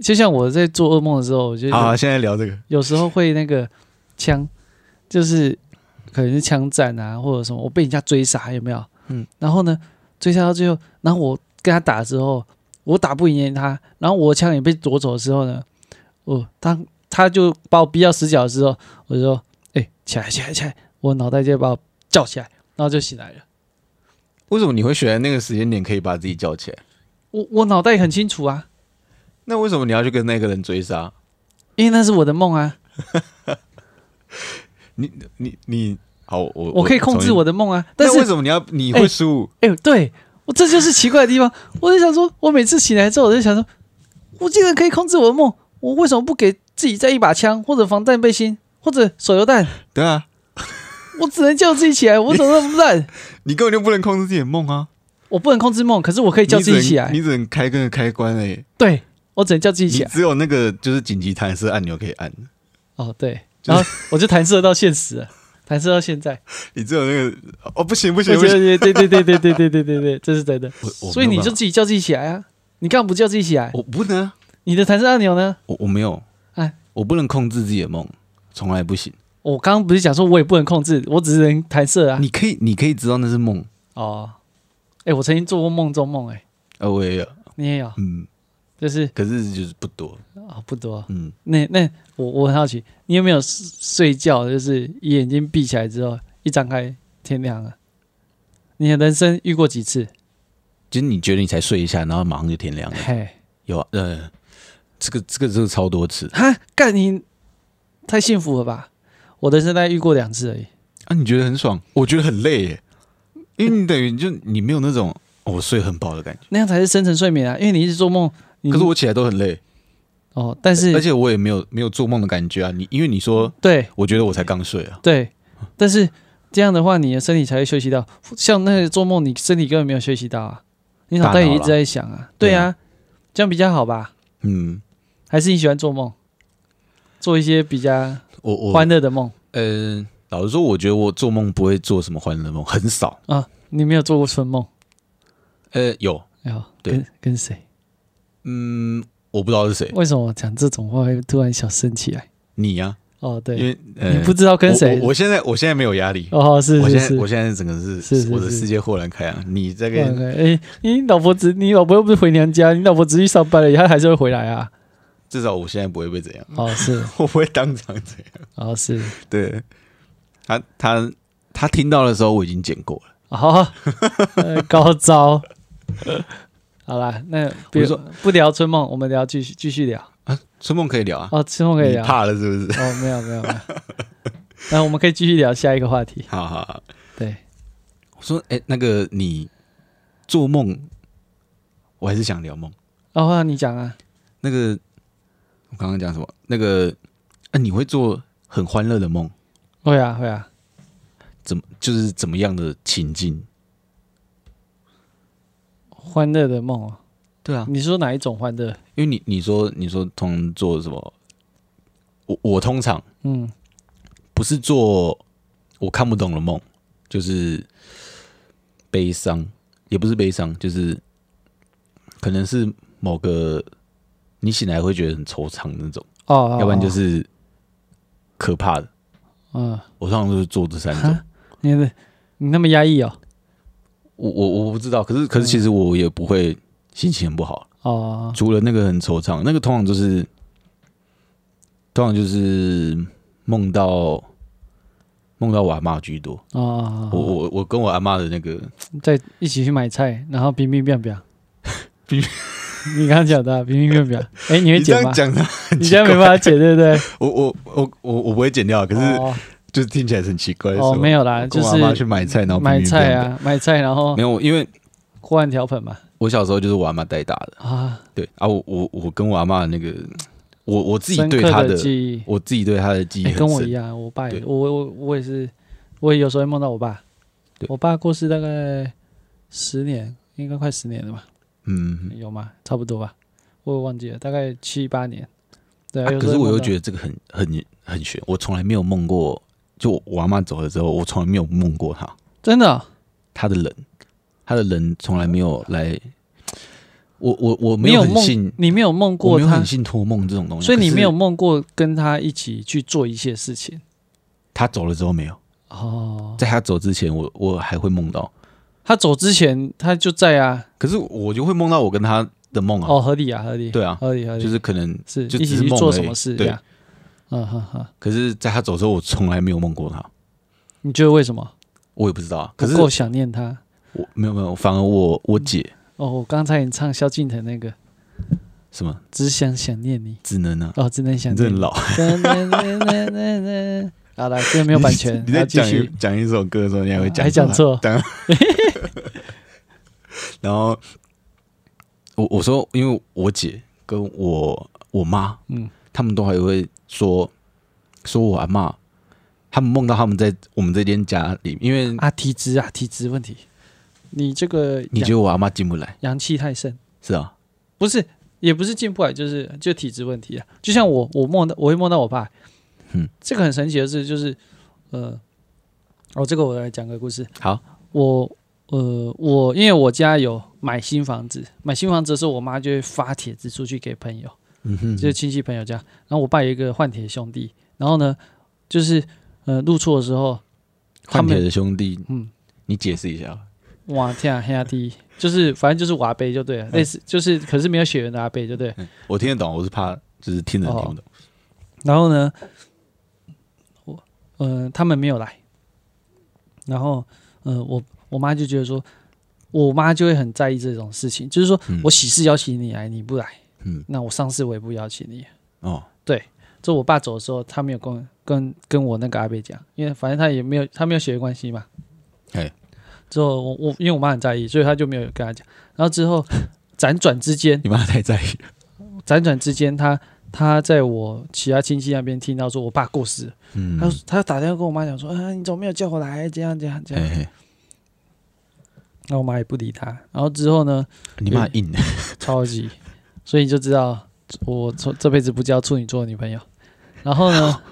Speaker 1: 就像我在做噩梦的时候，我就
Speaker 2: 好啊，现在聊这个，
Speaker 1: 有时候会那个枪，就是可能是枪战啊，或者什么，我被人家追杀，有没有？
Speaker 2: 嗯，
Speaker 1: 然后呢，追杀到最后，然后我跟他打之后，我打不赢他，然后我的枪也被夺走的时候呢，我当他就把我逼到死角的时候，我就说：“哎、起来，起来，起来！”我脑袋就把我叫起来，然后就醒来了。
Speaker 2: 为什么你会选在那个时间点可以把自己叫起来？
Speaker 1: 我我脑袋很清楚啊，
Speaker 2: 那为什么你要去跟那个人追杀？
Speaker 1: 因为那是我的梦啊，
Speaker 2: 你你你，好，我
Speaker 1: 我可以控制我
Speaker 2: 的，
Speaker 1: 的梦啊。但
Speaker 2: 但
Speaker 1: 是
Speaker 2: 为什么你要你会输？
Speaker 1: 哎、对我这就是奇怪的地方。我就想说，我每次醒来之后，我就想说，我竟然可以控制我的梦，我为什么不给自己再一把枪，或者防弹背心，或者手榴弹？
Speaker 2: 对啊，
Speaker 1: 我只能叫自己起来，我怎么那么烂？
Speaker 2: 你根本就不能控制自己的梦啊！
Speaker 1: 我不能控制梦，可是我可以
Speaker 2: 你
Speaker 1: 叫
Speaker 2: 只
Speaker 1: 自己
Speaker 2: 能
Speaker 1: 起来。
Speaker 2: 你只能开跟个开关哎、欸，
Speaker 1: 对我只能叫自己
Speaker 2: 你
Speaker 1: 起来。
Speaker 2: 只有那个就是紧急弹射按钮可以按，
Speaker 1: 哦，对，
Speaker 2: 就
Speaker 1: 然后我就弹射到现实了，弹射到现在。
Speaker 2: 你只有那个哦，不行不
Speaker 1: 对
Speaker 2: 行不行，
Speaker 1: 对对对对对对对对对对，这是真的。
Speaker 2: 我我
Speaker 1: 所以
Speaker 2: 没
Speaker 1: 你
Speaker 2: 有办
Speaker 1: 就
Speaker 2: 法
Speaker 1: 自己叫自己起来啊！你干嘛不叫自己起来？
Speaker 2: 我不能啊，
Speaker 1: 你的弹射按钮呢？
Speaker 2: 我我没有，
Speaker 1: 哎
Speaker 2: 我不能控制自己的梦，从来不行。
Speaker 1: 我刚刚不是讲说我也不能控制，我只能弹射啊。
Speaker 2: 你可以你可以知道那是梦，
Speaker 1: 哦，哎、我曾经做过梦中梦，哎，
Speaker 2: 呃，我也有，
Speaker 1: 你也有，
Speaker 2: 嗯，
Speaker 1: 就是
Speaker 2: 可是就是不多，
Speaker 1: 啊、不多。
Speaker 2: 嗯，
Speaker 1: 那那我我很好奇，你有没有睡睡觉，就是眼睛闭起来之后，一张开天亮了？你的人生遇过几次？
Speaker 2: 就是你觉得你才睡一下，然后马上就天亮了，
Speaker 1: 嘿，
Speaker 2: 有啊，呃，这个这个这个超多次
Speaker 1: 哈，干你太幸福了吧！我人生大概遇过两次而已。
Speaker 2: 啊，你觉得很爽，我觉得很累耶，因为你等于就你没有那种哦我睡很饱的感觉，
Speaker 1: 那样才是深层睡眠啊，因为你一直做梦，你
Speaker 2: 可是我起来都很累。
Speaker 1: 哦，但是
Speaker 2: 而且我也没有没有做梦的感觉啊。你因为你说，
Speaker 1: 对
Speaker 2: 我觉得我才刚睡啊，
Speaker 1: 对，但是这样的话，你的身体才会休息到。像那个做梦，你身体根本没有休息到啊，你脑袋
Speaker 2: 大脑
Speaker 1: 也
Speaker 2: 啦
Speaker 1: 一直在想啊。对啊，这样比较好吧？
Speaker 2: 嗯，
Speaker 1: 还是你喜欢做梦，做一些比较
Speaker 2: 我我
Speaker 1: 欢乐的梦
Speaker 2: 呃，老实说，我觉得我做梦不会做什么欢乐梦，很少。
Speaker 1: 啊？你没有做过春梦？
Speaker 2: 呃，有，
Speaker 1: 哎呦，
Speaker 2: 对
Speaker 1: 跟跟谁？
Speaker 2: 嗯，我不知道是谁，
Speaker 1: 为什么我讲这种话会突然想生起来？
Speaker 2: 你呀、
Speaker 1: 哦，
Speaker 2: 因
Speaker 1: 对，
Speaker 2: 为呃，
Speaker 1: 你不知道跟谁
Speaker 2: 我我我现在我现在没有压力。
Speaker 1: 哦，是
Speaker 2: 我
Speaker 1: 是
Speaker 2: 现在
Speaker 1: 是
Speaker 2: 我。现在整个是
Speaker 1: 是是
Speaker 2: 我的
Speaker 1: 是
Speaker 2: 世界豁然开朗。你这
Speaker 1: 对
Speaker 2: 个
Speaker 1: 对，哎、你老婆只你老婆又不是回娘家，你老婆只去上班了，她还是会回来啊。
Speaker 2: 至少我现在不会被怎样，
Speaker 1: 哦，是，
Speaker 2: 我不会当场怎样。
Speaker 1: 哦是，
Speaker 2: 对，他他他听到的时候我已经剪过了。
Speaker 1: 哦， 呃、高招。好啦，那比如
Speaker 2: 我说
Speaker 1: 不聊春梦，我们聊继续继续聊。
Speaker 2: 春梦可以聊啊，
Speaker 1: 哦，春梦可以
Speaker 2: 你
Speaker 1: 聊。
Speaker 2: 怕了是不是？
Speaker 1: 哦，没有没有没有。那我们可以继续聊下一个话题。
Speaker 2: 好好好，
Speaker 1: 对，
Speaker 2: 我说，哎、那个你做梦，我还是想聊梦。
Speaker 1: 哦，那你讲啊。
Speaker 2: 那个我刚刚讲什么？那个，啊，你会做很欢乐的梦，
Speaker 1: 会啊会啊，
Speaker 2: 怎么就是怎么样的情境？
Speaker 1: 欢乐的梦哦。
Speaker 2: 对啊，
Speaker 1: 你说哪一种欢乐？
Speaker 2: 因为你你说你说通常做什么？我我通常
Speaker 1: 嗯，
Speaker 2: 不是做我看不懂的梦，就是悲伤，也不是悲伤，就是可能是某个你醒来会觉得很惆怅的那种。
Speaker 1: 哦哦，
Speaker 2: 要不然就
Speaker 1: 哦
Speaker 2: 是可怕的。
Speaker 1: 嗯，
Speaker 2: 我通常都是做这三种
Speaker 1: 哈。你的你那么压抑哦。
Speaker 2: 我我我不知道，可是可是其实我也不会心情很不好，
Speaker 1: 哦，
Speaker 2: 除了那个很惆怅，那个通常就是通常就是梦到梦到我阿妈居多。
Speaker 1: 哦哦，
Speaker 2: 我
Speaker 1: 哦
Speaker 2: 我我跟我阿妈的那个
Speaker 1: 再一起去买菜，然后冰冰冰冰。
Speaker 2: 冰
Speaker 1: 你刚刚讲的啊冰冰冰 冰。哎、你会
Speaker 2: 这
Speaker 1: 剪吗
Speaker 2: 样？讲的，
Speaker 1: 你现在没办法剪，对不对？
Speaker 2: 我我我我我不会剪掉，可是
Speaker 1: 哦
Speaker 2: 就是听起来很奇怪。
Speaker 1: 哦，没
Speaker 2: 有
Speaker 1: 有啦，就
Speaker 2: 跟我阿妈去
Speaker 1: 是
Speaker 2: 买菜，然后
Speaker 1: 买
Speaker 2: 冰冰
Speaker 1: 菜
Speaker 2: 冰
Speaker 1: 啊，买菜，然后
Speaker 2: 冰，没有，因为
Speaker 1: 锅碗瓢盆嘛。
Speaker 2: 我小时候就是我阿妈带大的。
Speaker 1: 啊，
Speaker 2: 对啊，我我我跟我阿妈那个，我我自己
Speaker 1: 深
Speaker 2: 对
Speaker 1: 刻
Speaker 2: 她
Speaker 1: 的记忆，
Speaker 2: 我自己对她的记忆
Speaker 1: 哎
Speaker 2: 很深。
Speaker 1: 跟我一样，我爸也，
Speaker 2: 对
Speaker 1: 我我我也是，我也有时候会梦到我爸
Speaker 2: 对。
Speaker 1: 我爸过世大概十年，应该快十年了吧？
Speaker 2: 嗯，
Speaker 1: 有吗？差不多吧，我也忘记了，大概七八年。对
Speaker 2: 啊
Speaker 1: 啊，有时候
Speaker 2: 可
Speaker 1: 会
Speaker 2: 是我
Speaker 1: 梦
Speaker 2: 又
Speaker 1: 到
Speaker 2: 觉得这个很很很悬，我从来没有梦过，就我我阿妈走了之后，我从来没有梦过她，
Speaker 1: 真的哦，
Speaker 2: 她的人，她的人从来没有来，我我我没
Speaker 1: 你有
Speaker 2: 很
Speaker 1: 梦
Speaker 2: 信，，
Speaker 1: 你没有梦
Speaker 2: 我
Speaker 1: 过
Speaker 2: 没有
Speaker 1: 他
Speaker 2: 很，信托梦这种东西，
Speaker 1: 所以你
Speaker 2: 可是
Speaker 1: 没有梦过跟他一起去做一些事情。
Speaker 2: 她走了之后没有，
Speaker 1: 哦，
Speaker 2: 在她走之前我，我还会梦到，
Speaker 1: 他走之前他就在啊，
Speaker 2: 可是我就会梦到我跟她的梦啊，
Speaker 1: 哦，合理啊，合理，
Speaker 2: 对啊
Speaker 1: 合理合理，
Speaker 2: 就是可能，
Speaker 1: 是
Speaker 2: 就
Speaker 1: 一
Speaker 2: 只
Speaker 1: 起
Speaker 2: 是
Speaker 1: 去
Speaker 2: 梦
Speaker 1: 做
Speaker 2: 而
Speaker 1: 什
Speaker 2: 已
Speaker 1: 么事，
Speaker 2: 对
Speaker 1: 呀？嗯哼哼，
Speaker 2: 可是在她走之后，我从来没有梦过她。
Speaker 1: 你觉得为什么？
Speaker 2: 我也不知道啊。可
Speaker 1: 不
Speaker 2: 是
Speaker 1: 够想念他。
Speaker 2: 我没有没有，反而我我姐
Speaker 1: 哦，我刚才你唱萧敬腾那个，
Speaker 2: 什么
Speaker 1: 只想想念你
Speaker 2: 只能啊，
Speaker 1: 哦，只能想
Speaker 2: 你这
Speaker 1: 念
Speaker 2: 很
Speaker 1: 你。
Speaker 2: 老，
Speaker 1: 好了，这个没有版权，
Speaker 2: 你在
Speaker 1: 要继
Speaker 2: 讲一
Speaker 1: 续。
Speaker 2: 讲一首歌的时候，你还会讲
Speaker 1: 还讲 错
Speaker 2: 讲。然后我我说，因为我姐跟我我妈，
Speaker 1: 嗯
Speaker 2: 嗯，他们都还会说说我阿妈，他们梦到他们在我们这间家里，因为
Speaker 1: 啊，体质啊，体质问题。你这个
Speaker 2: 你
Speaker 1: 阳
Speaker 2: 觉得我阿妈进不来，
Speaker 1: 阳气太盛，
Speaker 2: 是啊，
Speaker 1: 不是也不是进不来，就是就体质问题啊。就像我我梦到我会梦到我爸，
Speaker 2: 嗯，
Speaker 1: 这个很神奇的事就是，呃，哦，这个我来讲个故事。
Speaker 2: 好，
Speaker 1: 我呃，我因为我家有买新房子，买新房子的时候，我妈就会发帖子出去给朋友，
Speaker 2: 嗯哼，
Speaker 1: 就是亲戚朋友家。然后我爸有一个换铁兄弟，然后呢，就是呃入错的时候，他
Speaker 2: 换
Speaker 1: 们
Speaker 2: 铁的兄弟，
Speaker 1: 嗯
Speaker 2: 嗯，你解释一下吧，
Speaker 1: 哇啊天黑压低，就是反正就是瓦杯就对
Speaker 2: 嗯
Speaker 1: 了，类似就是可是没有血缘的阿贝就对了。
Speaker 2: 我听得懂，我是怕就是听人听不
Speaker 1: 嗯
Speaker 2: 懂，
Speaker 1: 然后呢，我呃他们没有来，然后呃我我妈就觉得说，我妈就会很在意这种事情，就是说
Speaker 2: 嗯
Speaker 1: 我喜事邀请你来，你不来，
Speaker 2: 嗯，
Speaker 1: 那我上次我也不邀请你。
Speaker 2: 哦，
Speaker 1: 这我爸走的时候，他没有跟跟跟我那个阿贝讲，因为反正他也没有他没有血缘关系嘛。
Speaker 2: 哎，
Speaker 1: 之后我我因为我妈很在意，所以他就没有跟他讲。然后之后辗转之间，
Speaker 2: 你妈太在意了，
Speaker 1: 辗转之间，他他在我其他亲戚那边听到说我爸过世了
Speaker 2: 嗯，
Speaker 1: 他他打电话跟我妈讲说，啊，你怎么没有叫我来？这样这样这样。
Speaker 2: 哎，哎
Speaker 1: 然后我妈也不理他。然后之后呢，
Speaker 2: 你妈硬，
Speaker 1: 超级，所以你就知道我这这辈子不交处女座的女朋友。然后呢，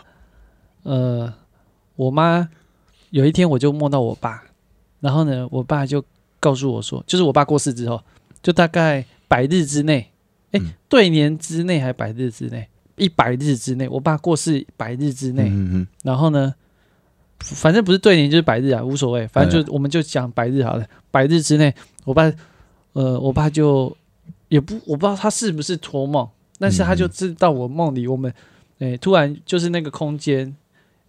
Speaker 1: 呃，我妈有一天我就梦到我爸，然后呢，我爸就告诉我说，就是我爸过世之后，就大概百日之内，哎、
Speaker 2: 嗯
Speaker 1: 对年之内还百日之内，一百日之内，我爸过世百日之内，
Speaker 2: 嗯嗯嗯，
Speaker 1: 然后呢，反正不是对年就是百日啊，无所谓，反
Speaker 2: 哎
Speaker 1: 正就、我们就讲百日好了。百日之内，我爸，呃，我爸就也不我不知道他是不是托梦，但是他就
Speaker 2: 嗯
Speaker 1: 知道我梦里我们，诶、突然就是那个空间，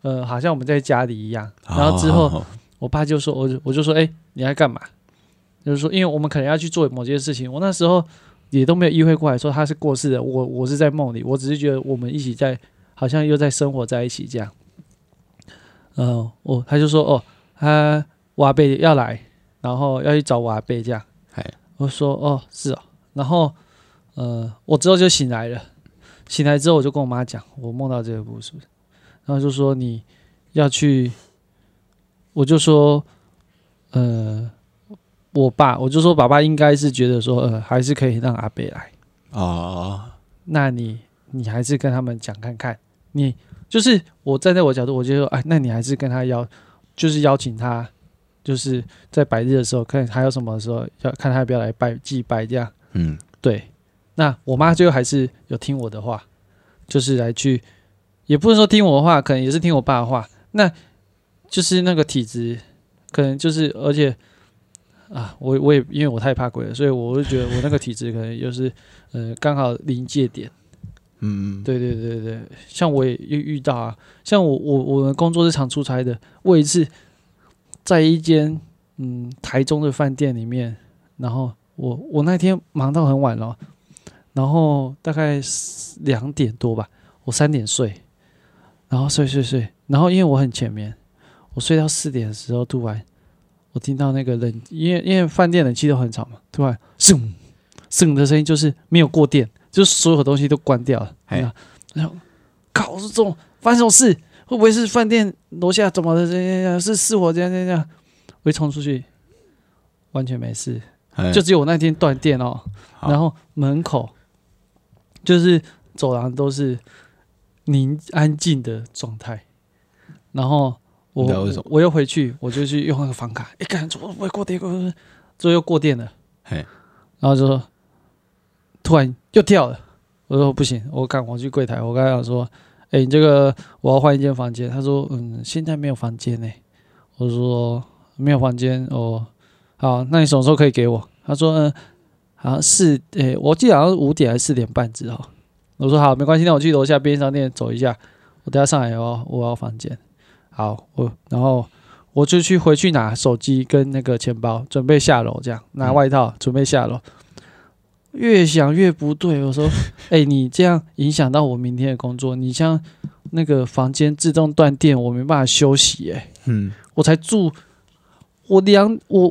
Speaker 1: 呃，好像我们在家里一样。然后之后，
Speaker 2: 哦，哦哦
Speaker 1: 我爸就说，我就我就说，哎、你在干嘛？就是说，因为我们可能要去做某件事情，我那时候也都没有意会过来说他是过世的，我我是在梦里，我只是觉得我们一起在，好像又在生活在一起这样。呃，我他就说，哦，他瓦贝要来，然后要去找瓦贝这样
Speaker 2: 嗨。
Speaker 1: 我说，哦，是哦。然后，呃，我之后就醒来了，醒来之后我就跟我妈讲，我梦到这个故事，然后就说你要去，我就说，呃，我爸，我就说爸爸应该是觉得说，呃，还是可以让阿北来，
Speaker 2: 哦哦，
Speaker 1: 那你你还是跟他们讲看看，你就是我站在我角度，我就说，哎，那你还是跟他邀，就是邀请他，就是在百日的时候，看还有什么时候要看他要不要来拜祭拜这样。
Speaker 2: 嗯，
Speaker 1: 对，那我妈最后还是有听我的话，就是来去，也不是说听我的话，可能也是听我爸的话。那就是那个体质，可能就是而且啊，我我也因为我太怕鬼了，所以我就觉得我那个体质可能就是呃刚好临界点。
Speaker 2: 嗯，
Speaker 1: 对对对对，像我也遇遇到啊，像我我我的工作是常出差的，我有一次在一间嗯台中的饭店里面，然后我我那天忙到很晚了，然后大概两点多吧，我三点睡，然后睡睡睡，然后因为我很浅眠，我睡到四点的时候，突然我听到那个冷，因为因为饭店冷气都很吵嘛，突然嗖嗖的声音，就是没有过电，就是所有东西都关掉了，
Speaker 2: 嘿
Speaker 1: 然后然后靠，是这种发生这种事，会不会是饭店楼下怎么的这样这样是失火这样这样这样？我一冲出去，完全没事，
Speaker 2: 哎
Speaker 1: 就只有我那天断电哦。
Speaker 2: 好
Speaker 1: 然后门口就是走廊都是宁安静的状态，然后我
Speaker 2: 你知道为什么
Speaker 1: 我又回去，我就去用那个房卡，哎，干怎么会过电？过电过电最后又过电了，
Speaker 2: 嘿，
Speaker 1: 然后就说突然又跳了，我说不行，我赶我去柜台，我刚想说，哎，你这个我要换一间房间，他说嗯，现在没有房间呢、我说没有房间哦，好，那你什么时候可以给我？他说嗯。好像四，诶、我记得好像五点还是四点半之后。我说好，没关系，那我去楼下便利商店走一下，我等下上来哦，我要房间。好，我然后我就去回去拿手机跟那个钱包，准备下楼，这样拿外套、准备下楼。越想越不对。我说， 哎、你这样影响到我明天的工作，你像那个房间自动断电，我没办法休息、哎，
Speaker 2: 嗯，
Speaker 1: 我才住，我两我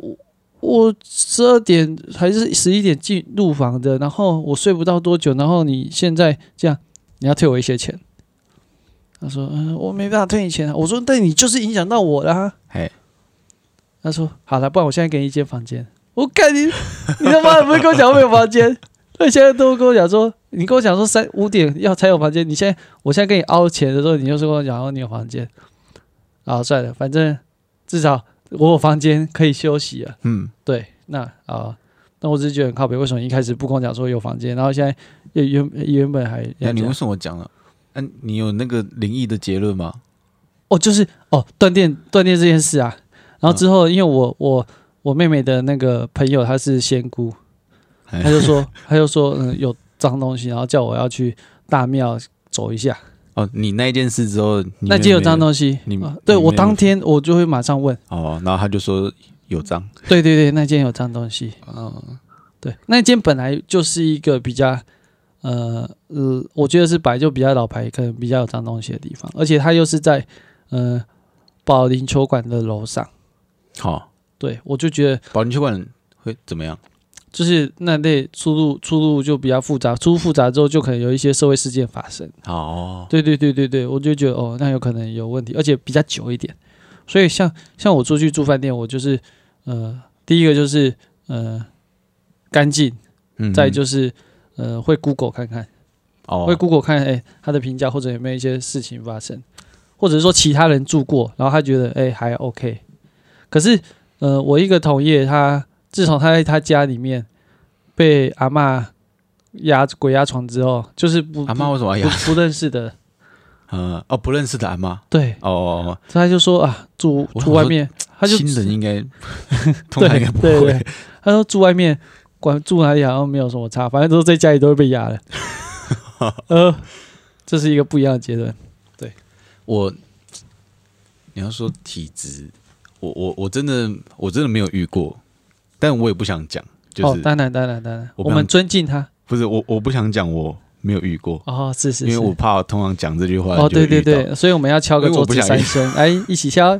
Speaker 1: 我十二点还是十一点进入房的，然后我睡不到多久，然后你现在这样，你要退我一些钱。他说：“嗯，我没办法退你钱啊。”我说：“但你就是影响到我啦。
Speaker 2: 哎，”
Speaker 1: 他说：“好了，不然我现在给你一间房间。”我干你，你他妈的不是跟我讲我没有房间？那你现在都跟我讲说，你跟我讲说三五点要才有房间，你现在我现在跟你凹钱的时候，你就是跟我讲哦你有房间。啊，算了，反正至少我有房间可以休息啊。
Speaker 2: 嗯，
Speaker 1: 对，那啊、那我只是觉得很靠北，为什么一开始不跟我讲说有房间，然后现在又原原本还
Speaker 2: 那你
Speaker 1: 讲
Speaker 2: 为什么讲了？嗯、你有那个灵异的结论吗？
Speaker 1: 哦，就是哦，断电断电这件事啊。然后之后，因为我我我妹妹的那个朋友她是仙姑，
Speaker 2: 哎
Speaker 1: 她就说 她就说嗯有脏东西，然后叫我要去大庙走一下。
Speaker 2: 哦，你那一件事之后，你
Speaker 1: 那
Speaker 2: 没
Speaker 1: 今天有脏
Speaker 2: 没
Speaker 1: 东西
Speaker 2: 你，
Speaker 1: 啊对
Speaker 2: 你
Speaker 1: 我
Speaker 2: 没有
Speaker 1: 当天我就会马上问，
Speaker 2: 哦，然后他就说有脏，
Speaker 1: 对对对，那间有脏东西。
Speaker 2: 嗯
Speaker 1: 对，那间本来就是一个比较，呃呃，我觉得是本来就比较老牌，可能比较有脏东西的地方，而且它又是在呃保龄球馆的楼上。
Speaker 2: 好，
Speaker 1: 对，我就觉得
Speaker 2: 保龄球馆会怎么样？
Speaker 1: 就是那类出入出入就比较复杂，出入复杂之后就可能有一些社会事件发生。
Speaker 2: 哦，
Speaker 1: 对对对对对，我就觉得哦，那有可能有问题，而且比较久一点。所以像像我出去住饭店，我就是呃，第一个就是呃干净，
Speaker 2: 嗯
Speaker 1: 再就是呃会 Google 看看。
Speaker 2: 哦
Speaker 1: 会 Google 看，哎、他的评价或者有没有一些事情发生，或者是说其他人住过，然后他觉得，哎、还 OK。可是，呃，我一个同业，他自从他在他家里面被阿嬷压鬼压床之后，就是不
Speaker 2: 阿妈为什么哎
Speaker 1: 不
Speaker 2: 呀？
Speaker 1: 不认识的，
Speaker 2: 嗯，哦，不认识的阿妈。
Speaker 1: 对，
Speaker 2: 哦哦，
Speaker 1: 他就说啊，住
Speaker 2: 我想
Speaker 1: 住外面，他就
Speaker 2: 新人 应该通常应该不
Speaker 1: 对
Speaker 2: 会
Speaker 1: 对。他说住外面，管住哪里好像没有什么差，反正都在家里都会被 压的。呃，这是一个不一样的结论。
Speaker 2: 我你要说体质，我我我真的我真的没有遇过，但我也不想讲，就
Speaker 1: 哦，
Speaker 2: 是
Speaker 1: 当然当然当然，我
Speaker 2: 我不
Speaker 1: 们
Speaker 2: 想
Speaker 1: 尊敬他。
Speaker 2: 不是我我不想讲我没有遇过，
Speaker 1: 哦，是是
Speaker 2: 因
Speaker 1: 是，
Speaker 2: 为我怕通常讲这句话
Speaker 1: 哦，
Speaker 2: 就
Speaker 1: 对
Speaker 2: 会
Speaker 1: 对
Speaker 2: 遇到，
Speaker 1: 对，所以我们要敲个
Speaker 2: 因为我
Speaker 1: 桌
Speaker 2: 不
Speaker 1: 子
Speaker 2: 想
Speaker 1: 三
Speaker 2: 遇
Speaker 1: 声，来一起敲，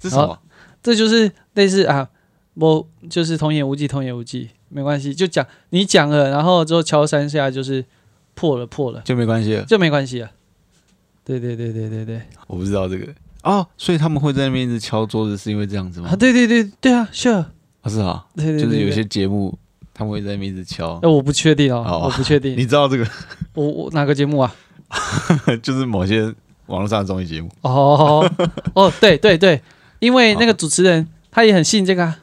Speaker 2: 这是什么？
Speaker 1: 这就是类似啊，我就是童言无忌，童言无忌，没关系，就讲你讲了，然后之后敲三下就是破了破了，
Speaker 2: 就没关系了，
Speaker 1: 就没关系了。对对对对对对
Speaker 2: 我不知道这个哦，所以他们会在那边一直敲桌子，是因为这样子吗
Speaker 1: 啊，？对对对对啊，sure，
Speaker 2: 不是啊，
Speaker 1: 对对对，
Speaker 2: 就是有
Speaker 1: 对
Speaker 2: 些，节目他们会在那边一直敲
Speaker 1: 哎，，我不确定
Speaker 2: 哦
Speaker 1: 哦，我不确定，
Speaker 2: 你知道这个
Speaker 1: 我我哪个节目啊？
Speaker 2: 就是某些网络上的综艺节目
Speaker 1: 哦哦，对对对，因为那个
Speaker 2: 哦
Speaker 1: 主持人他也很信这个啊，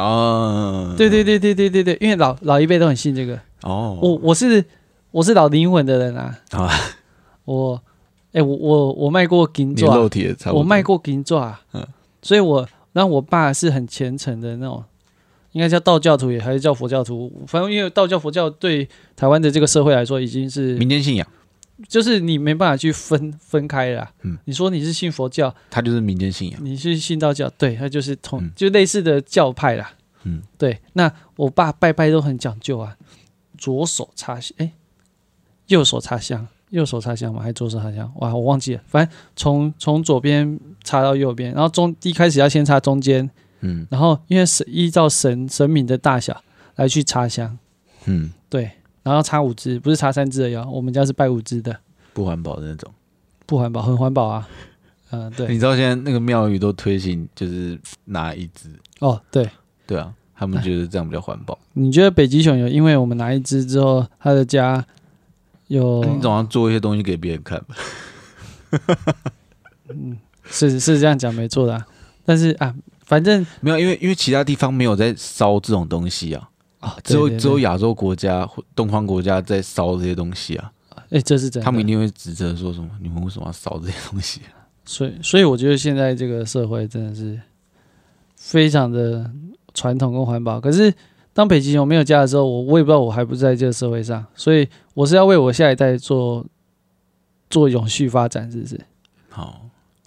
Speaker 2: 啊，
Speaker 1: 对对对对对对对，因为老老一辈都很信这个。
Speaker 2: 哦，
Speaker 1: 我我是我是老灵魂的人啊！
Speaker 2: 啊，
Speaker 1: 我哎、我我我卖过金
Speaker 2: 你肉
Speaker 1: 爪，
Speaker 2: 体也差不
Speaker 1: 啊
Speaker 2: 多，
Speaker 1: 我卖过金爪，
Speaker 2: 嗯
Speaker 1: 所以我然后我爸是很虔诚的那种，应该叫道教徒也还是叫佛教徒，反正因为道教佛教对台湾的这个社会来说已经是
Speaker 2: 民间信仰，
Speaker 1: 就是你没办法去分分开了啊、
Speaker 2: 嗯
Speaker 1: 你说你是信佛教，
Speaker 2: 它就是民间信仰。
Speaker 1: 你是信道教，对，他就是同、
Speaker 2: 嗯
Speaker 1: 就类似的教派啦。
Speaker 2: 嗯，
Speaker 1: 对。那我爸拜拜都很讲究啊，左手插香，哎，右手插香，右手插香嘛，还是左手插香？哇，我忘记了，反正从从左边插到右边，然后中一开始要先插中间，
Speaker 2: 嗯
Speaker 1: 然后因为是依照神神明的大小来去插香，
Speaker 2: 嗯，
Speaker 1: 对，然后插五支，不是插三支的哟，我们家是拜五支的，
Speaker 2: 不环保的那种。
Speaker 1: 不环保，很环保啊。嗯、对，
Speaker 2: 你知道现在那个庙宇都推行就是拿一只，
Speaker 1: 哦，对。
Speaker 2: 对啊，他们觉得这样比较环保。
Speaker 1: 你觉得北极熊有因为我们拿一只之后，它的家有
Speaker 2: 那你总要做一些东西给别人看吧？
Speaker 1: 是是这样讲没错的、啊，但是啊，反正
Speaker 2: 没有，因为因为其他地方没有在烧这种东西啊，
Speaker 1: 啊，
Speaker 2: 只有
Speaker 1: 对对对
Speaker 2: 只有亚洲国家、或东方国家在烧这些东西啊，
Speaker 1: 哎、这是真的。
Speaker 2: 他们一定会指责说什么你们为什么要烧这些东西啊、
Speaker 1: 所以所以我觉得现在这个社会真的是非常的传统跟环保。可是当北极熊没有家的时候，我我也不知道我还不在这个社会上，所以我是要为我下一代做做永续发展，是不是？
Speaker 2: 好，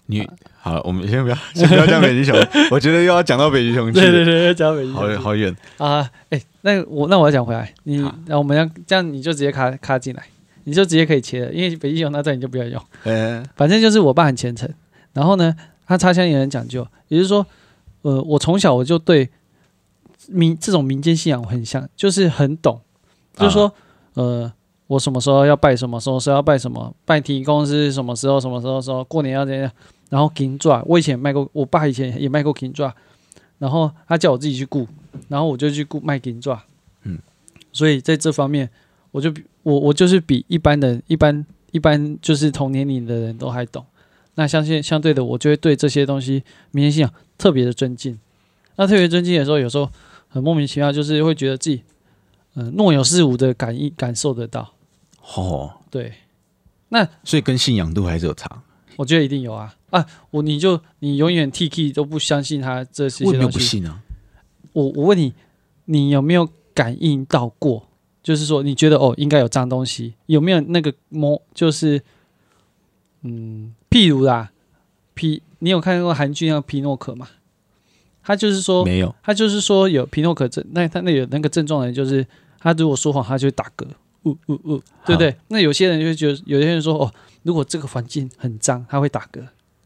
Speaker 2: 你好了，我们 先不要，先不要讲北极熊，我觉得又要讲到北极熊去了，
Speaker 1: 对对对，讲北极
Speaker 2: 好远
Speaker 1: 熊
Speaker 2: 好远。
Speaker 1: 啊！哎，那我那我要讲回来，你
Speaker 2: 好
Speaker 1: 那我们要这样，你就直接卡卡进来，你就直接可以切了，因为北极熊那在你就不要用。
Speaker 2: 呃，
Speaker 1: 反正就是我爸很虔诚，然后呢，他插香也很讲究，也就是说，呃，我从小我就对民这种民间信仰我很像，就是很懂，就是说，呃，我什么时候要拜什么，什么时候要拜什么，拜提公是什么时候，什么时候说过年要怎样，然后金爪，我以前也卖过，我爸以前也卖过金爪，然后他叫我自己去雇，然后我就去雇卖金爪，
Speaker 2: 嗯，
Speaker 1: 所以在这方面，我就比我我就是比一般人一般一般就是同年龄的人都还懂。那相信相对的，我就会对这些东西民间信仰特别的尊敬。那特别尊敬的时候，有时候很莫名其妙，就是会觉得自己，嗯、若有似无的感应感受得到。
Speaker 2: 哦，
Speaker 1: 对
Speaker 2: 所以跟信仰度还是有差。
Speaker 1: 我觉得一定有啊啊！我你就你永远 T K 都不相信他这些
Speaker 2: 我也没有
Speaker 1: 东
Speaker 2: 不
Speaker 1: 西。
Speaker 2: 信啊，
Speaker 1: 我我问你，你有没有感应到过？就是说，你觉得哦，应该有脏东西，有没有那个摸？就是，嗯，譬如啦，皮，你有看过韩剧那个《皮诺可》吗？他就是说，
Speaker 2: 没有
Speaker 1: 他就是说有皮诺可症，那他那有那个症状的人，就是他如果说谎，他就会打嗝，呜呜呜，对不对？那有些人就会觉得，有些人说哦，如果这个环境很脏，他会打嗝，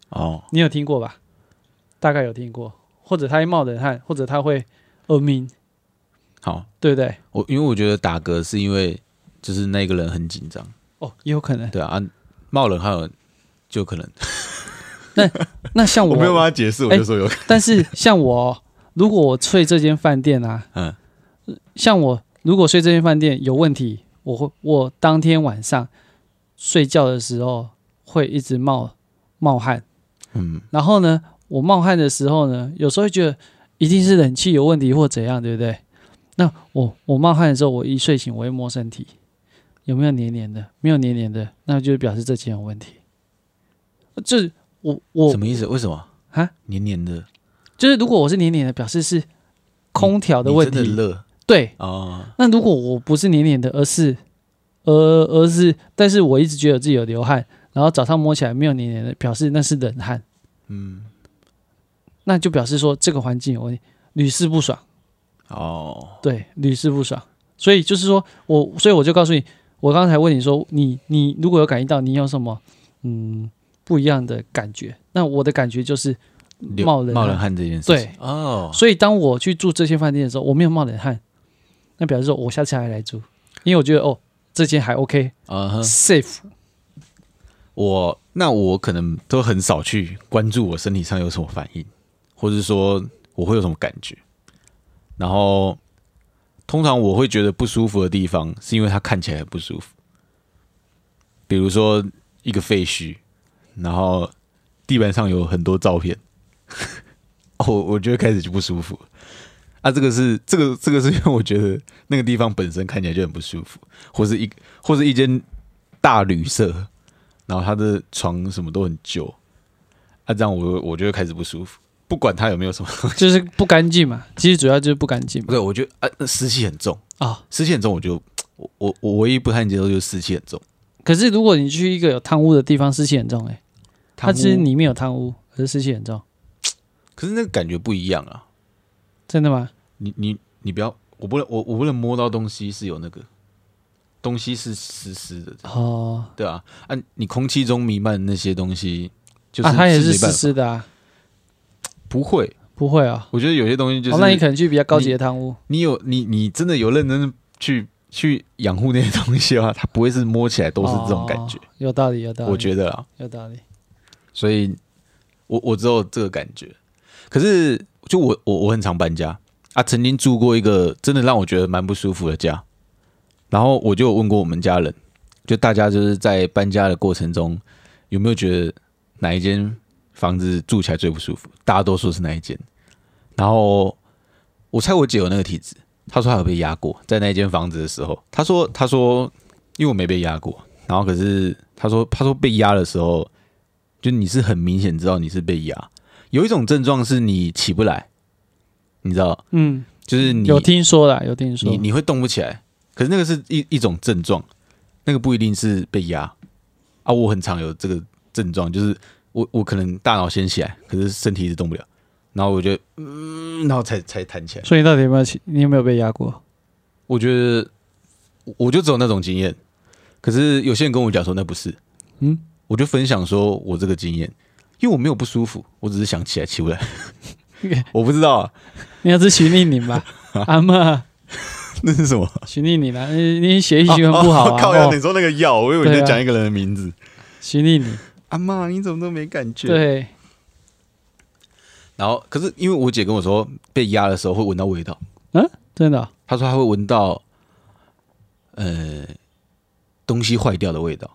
Speaker 2: 哦，
Speaker 1: 你有听过吧？大概有听过，或者他会冒冷汗，或者他会耳鸣，
Speaker 2: 好，
Speaker 1: 对不对？
Speaker 2: 我因为我觉得打嗝是因为就是那个人很紧张，
Speaker 1: 哦，也有可能。
Speaker 2: 对啊，啊冒冷汗有就可能哎
Speaker 1: 那像我，
Speaker 2: 办法解释，
Speaker 1: 我就
Speaker 2: 说有，啊
Speaker 1: 但是像我，如果我睡这间饭店啊，
Speaker 2: 嗯，
Speaker 1: 像我如果睡这间饭店有问题，我会我当天晚上睡觉的时候会一直冒冒汗，
Speaker 2: 嗯，
Speaker 1: 然后呢，我冒汗的时候呢，有时候会觉得一定是冷气有问题或怎样，对不对？那我我冒汗的时候，我一睡醒我会摸身体，有没有黏黏的？没有黏黏的，那就表示这间有问题。这我我
Speaker 2: 什么意思？为什么
Speaker 1: 啊？
Speaker 2: 黏黏的，
Speaker 1: 就是如果我是黏黏的，表示是空调的
Speaker 2: 你
Speaker 1: 问
Speaker 2: 真的
Speaker 1: 题。
Speaker 2: 热
Speaker 1: 对，
Speaker 2: 哦，
Speaker 1: 那如果我不是黏黏的，而是，而而是，但是我一直觉得自己有流汗，然后早上摸起来没有黏黏的，表示那是冷汗，
Speaker 2: 嗯，
Speaker 1: 那就表示说这个环境有问题，屡试不爽。
Speaker 2: 哦，
Speaker 1: 对，屡试不爽。所以就是说我，所以我就告诉你，我刚才问你说，你你如果有感应到，你有什么嗯不一样的感觉？那我的感觉就是，
Speaker 2: 流
Speaker 1: 冒冷汗
Speaker 2: 冒冷汗这件事情，
Speaker 1: 对
Speaker 2: 哦，
Speaker 1: 所以当我去住这些饭店的时候，我没有冒冷汗，那表示说我下次还来住，因为我觉得哦这间还 OK，safe、
Speaker 2: 啊哈， 我那我可能都很少去关注我身体上有什么反应，或者说我会有什么感觉。然后，通常我会觉得不舒服的地方，是因为它看起来很不舒服。比如说一个废墟，然后地板上有很多照片， 我我觉得开始就不舒服了。啊，这个是这个这个是因 为我觉得那个地方本身看起来就很不舒服，或是一或是一间大旅社，然后他的床什么都很旧，啊，这样我我就会开始不舒服，不管他有没有 什么，
Speaker 1: 就是不干净嘛，其实主要就是不干净嘛。
Speaker 2: 对，我觉得啊，湿气很重，
Speaker 1: 啊、
Speaker 2: 湿气很重，我就我我我唯一不太能接受就是湿气很重，
Speaker 1: 可是如果你去一个有贪污的地方，湿气很重哎、它
Speaker 2: 汤
Speaker 1: 其实
Speaker 2: 屋，
Speaker 1: 里面有贪污，可是湿气很重，
Speaker 2: 可是那个感觉不一样啊，
Speaker 1: 真的吗？
Speaker 2: 你你你不要，我不能我我不能摸到东西是有那个东西是湿湿的，
Speaker 1: 哦，
Speaker 2: 对啊，啊，你空气中弥漫的那些东西，就是、
Speaker 1: 啊，它也是
Speaker 2: 没办
Speaker 1: 湿
Speaker 2: 法
Speaker 1: 湿的啊，
Speaker 2: 不会，
Speaker 1: 不会啊、
Speaker 2: 我觉得有些东西就是、
Speaker 1: 哦，那你可能去比较高级的贪污，
Speaker 2: 你有你你真的有认真去去养护那些东西的话，它不会是摸起来都是这种感觉，
Speaker 1: 哦有道理，有道理，
Speaker 2: 我觉得啊，
Speaker 1: 有道理。
Speaker 2: 所以我我只有这个感觉。可是就我我我很常搬家啊，曾经住过一个真的让我觉得蛮不舒服的家，然后我就有问过我们家人，就大家就是在搬家的过程中有没有觉得哪一间房子住起来最不舒服？大家都说是那一间，然后我猜我姐有那个体质，她说她有被压过，在那一间房子的时候，她说她说因为我没被压过，然后可是她说她说被压的时候，就你是很明显知道你是被压，有一种症状是你起不来，你知道，
Speaker 1: 嗯，
Speaker 2: 就是你
Speaker 1: 有听说啦，有听说。
Speaker 2: 你你会动不起来，可是那个是一一种症状，那个不一定是被压啊。我很常有这个症状，就是我我可能大脑先起来，可是身体一直动不了，然后我就嗯，然后才才弹起来。
Speaker 1: 所以你到底有没有起？你有没有被压过？
Speaker 2: 我觉得我我就只有那种经验，可是有些人跟我讲说那不是，
Speaker 1: 嗯，
Speaker 2: 我就分享说我这个经验，因为我没有不舒服，我只是想起来起 不来，我不知道、啊、
Speaker 1: 你要吃徐丽宁 吧？阿妈，
Speaker 2: 那是什么。
Speaker 1: 徐丽宁啊，你你血液循环不好
Speaker 2: 哦哦
Speaker 1: 啊。
Speaker 2: 靠呀！你
Speaker 1: 哦，
Speaker 2: 说那个药，我以为你
Speaker 1: 对啊
Speaker 2: 在讲一个人的名字。
Speaker 1: 徐丽宁，
Speaker 2: 阿妈，你怎么都没感觉？。
Speaker 1: 对，
Speaker 2: 然后，可是因为我姐跟我说，被压的时候会闻到味道，
Speaker 1: 真的哦
Speaker 2: 她说她会闻到，呃，东西坏掉的味道。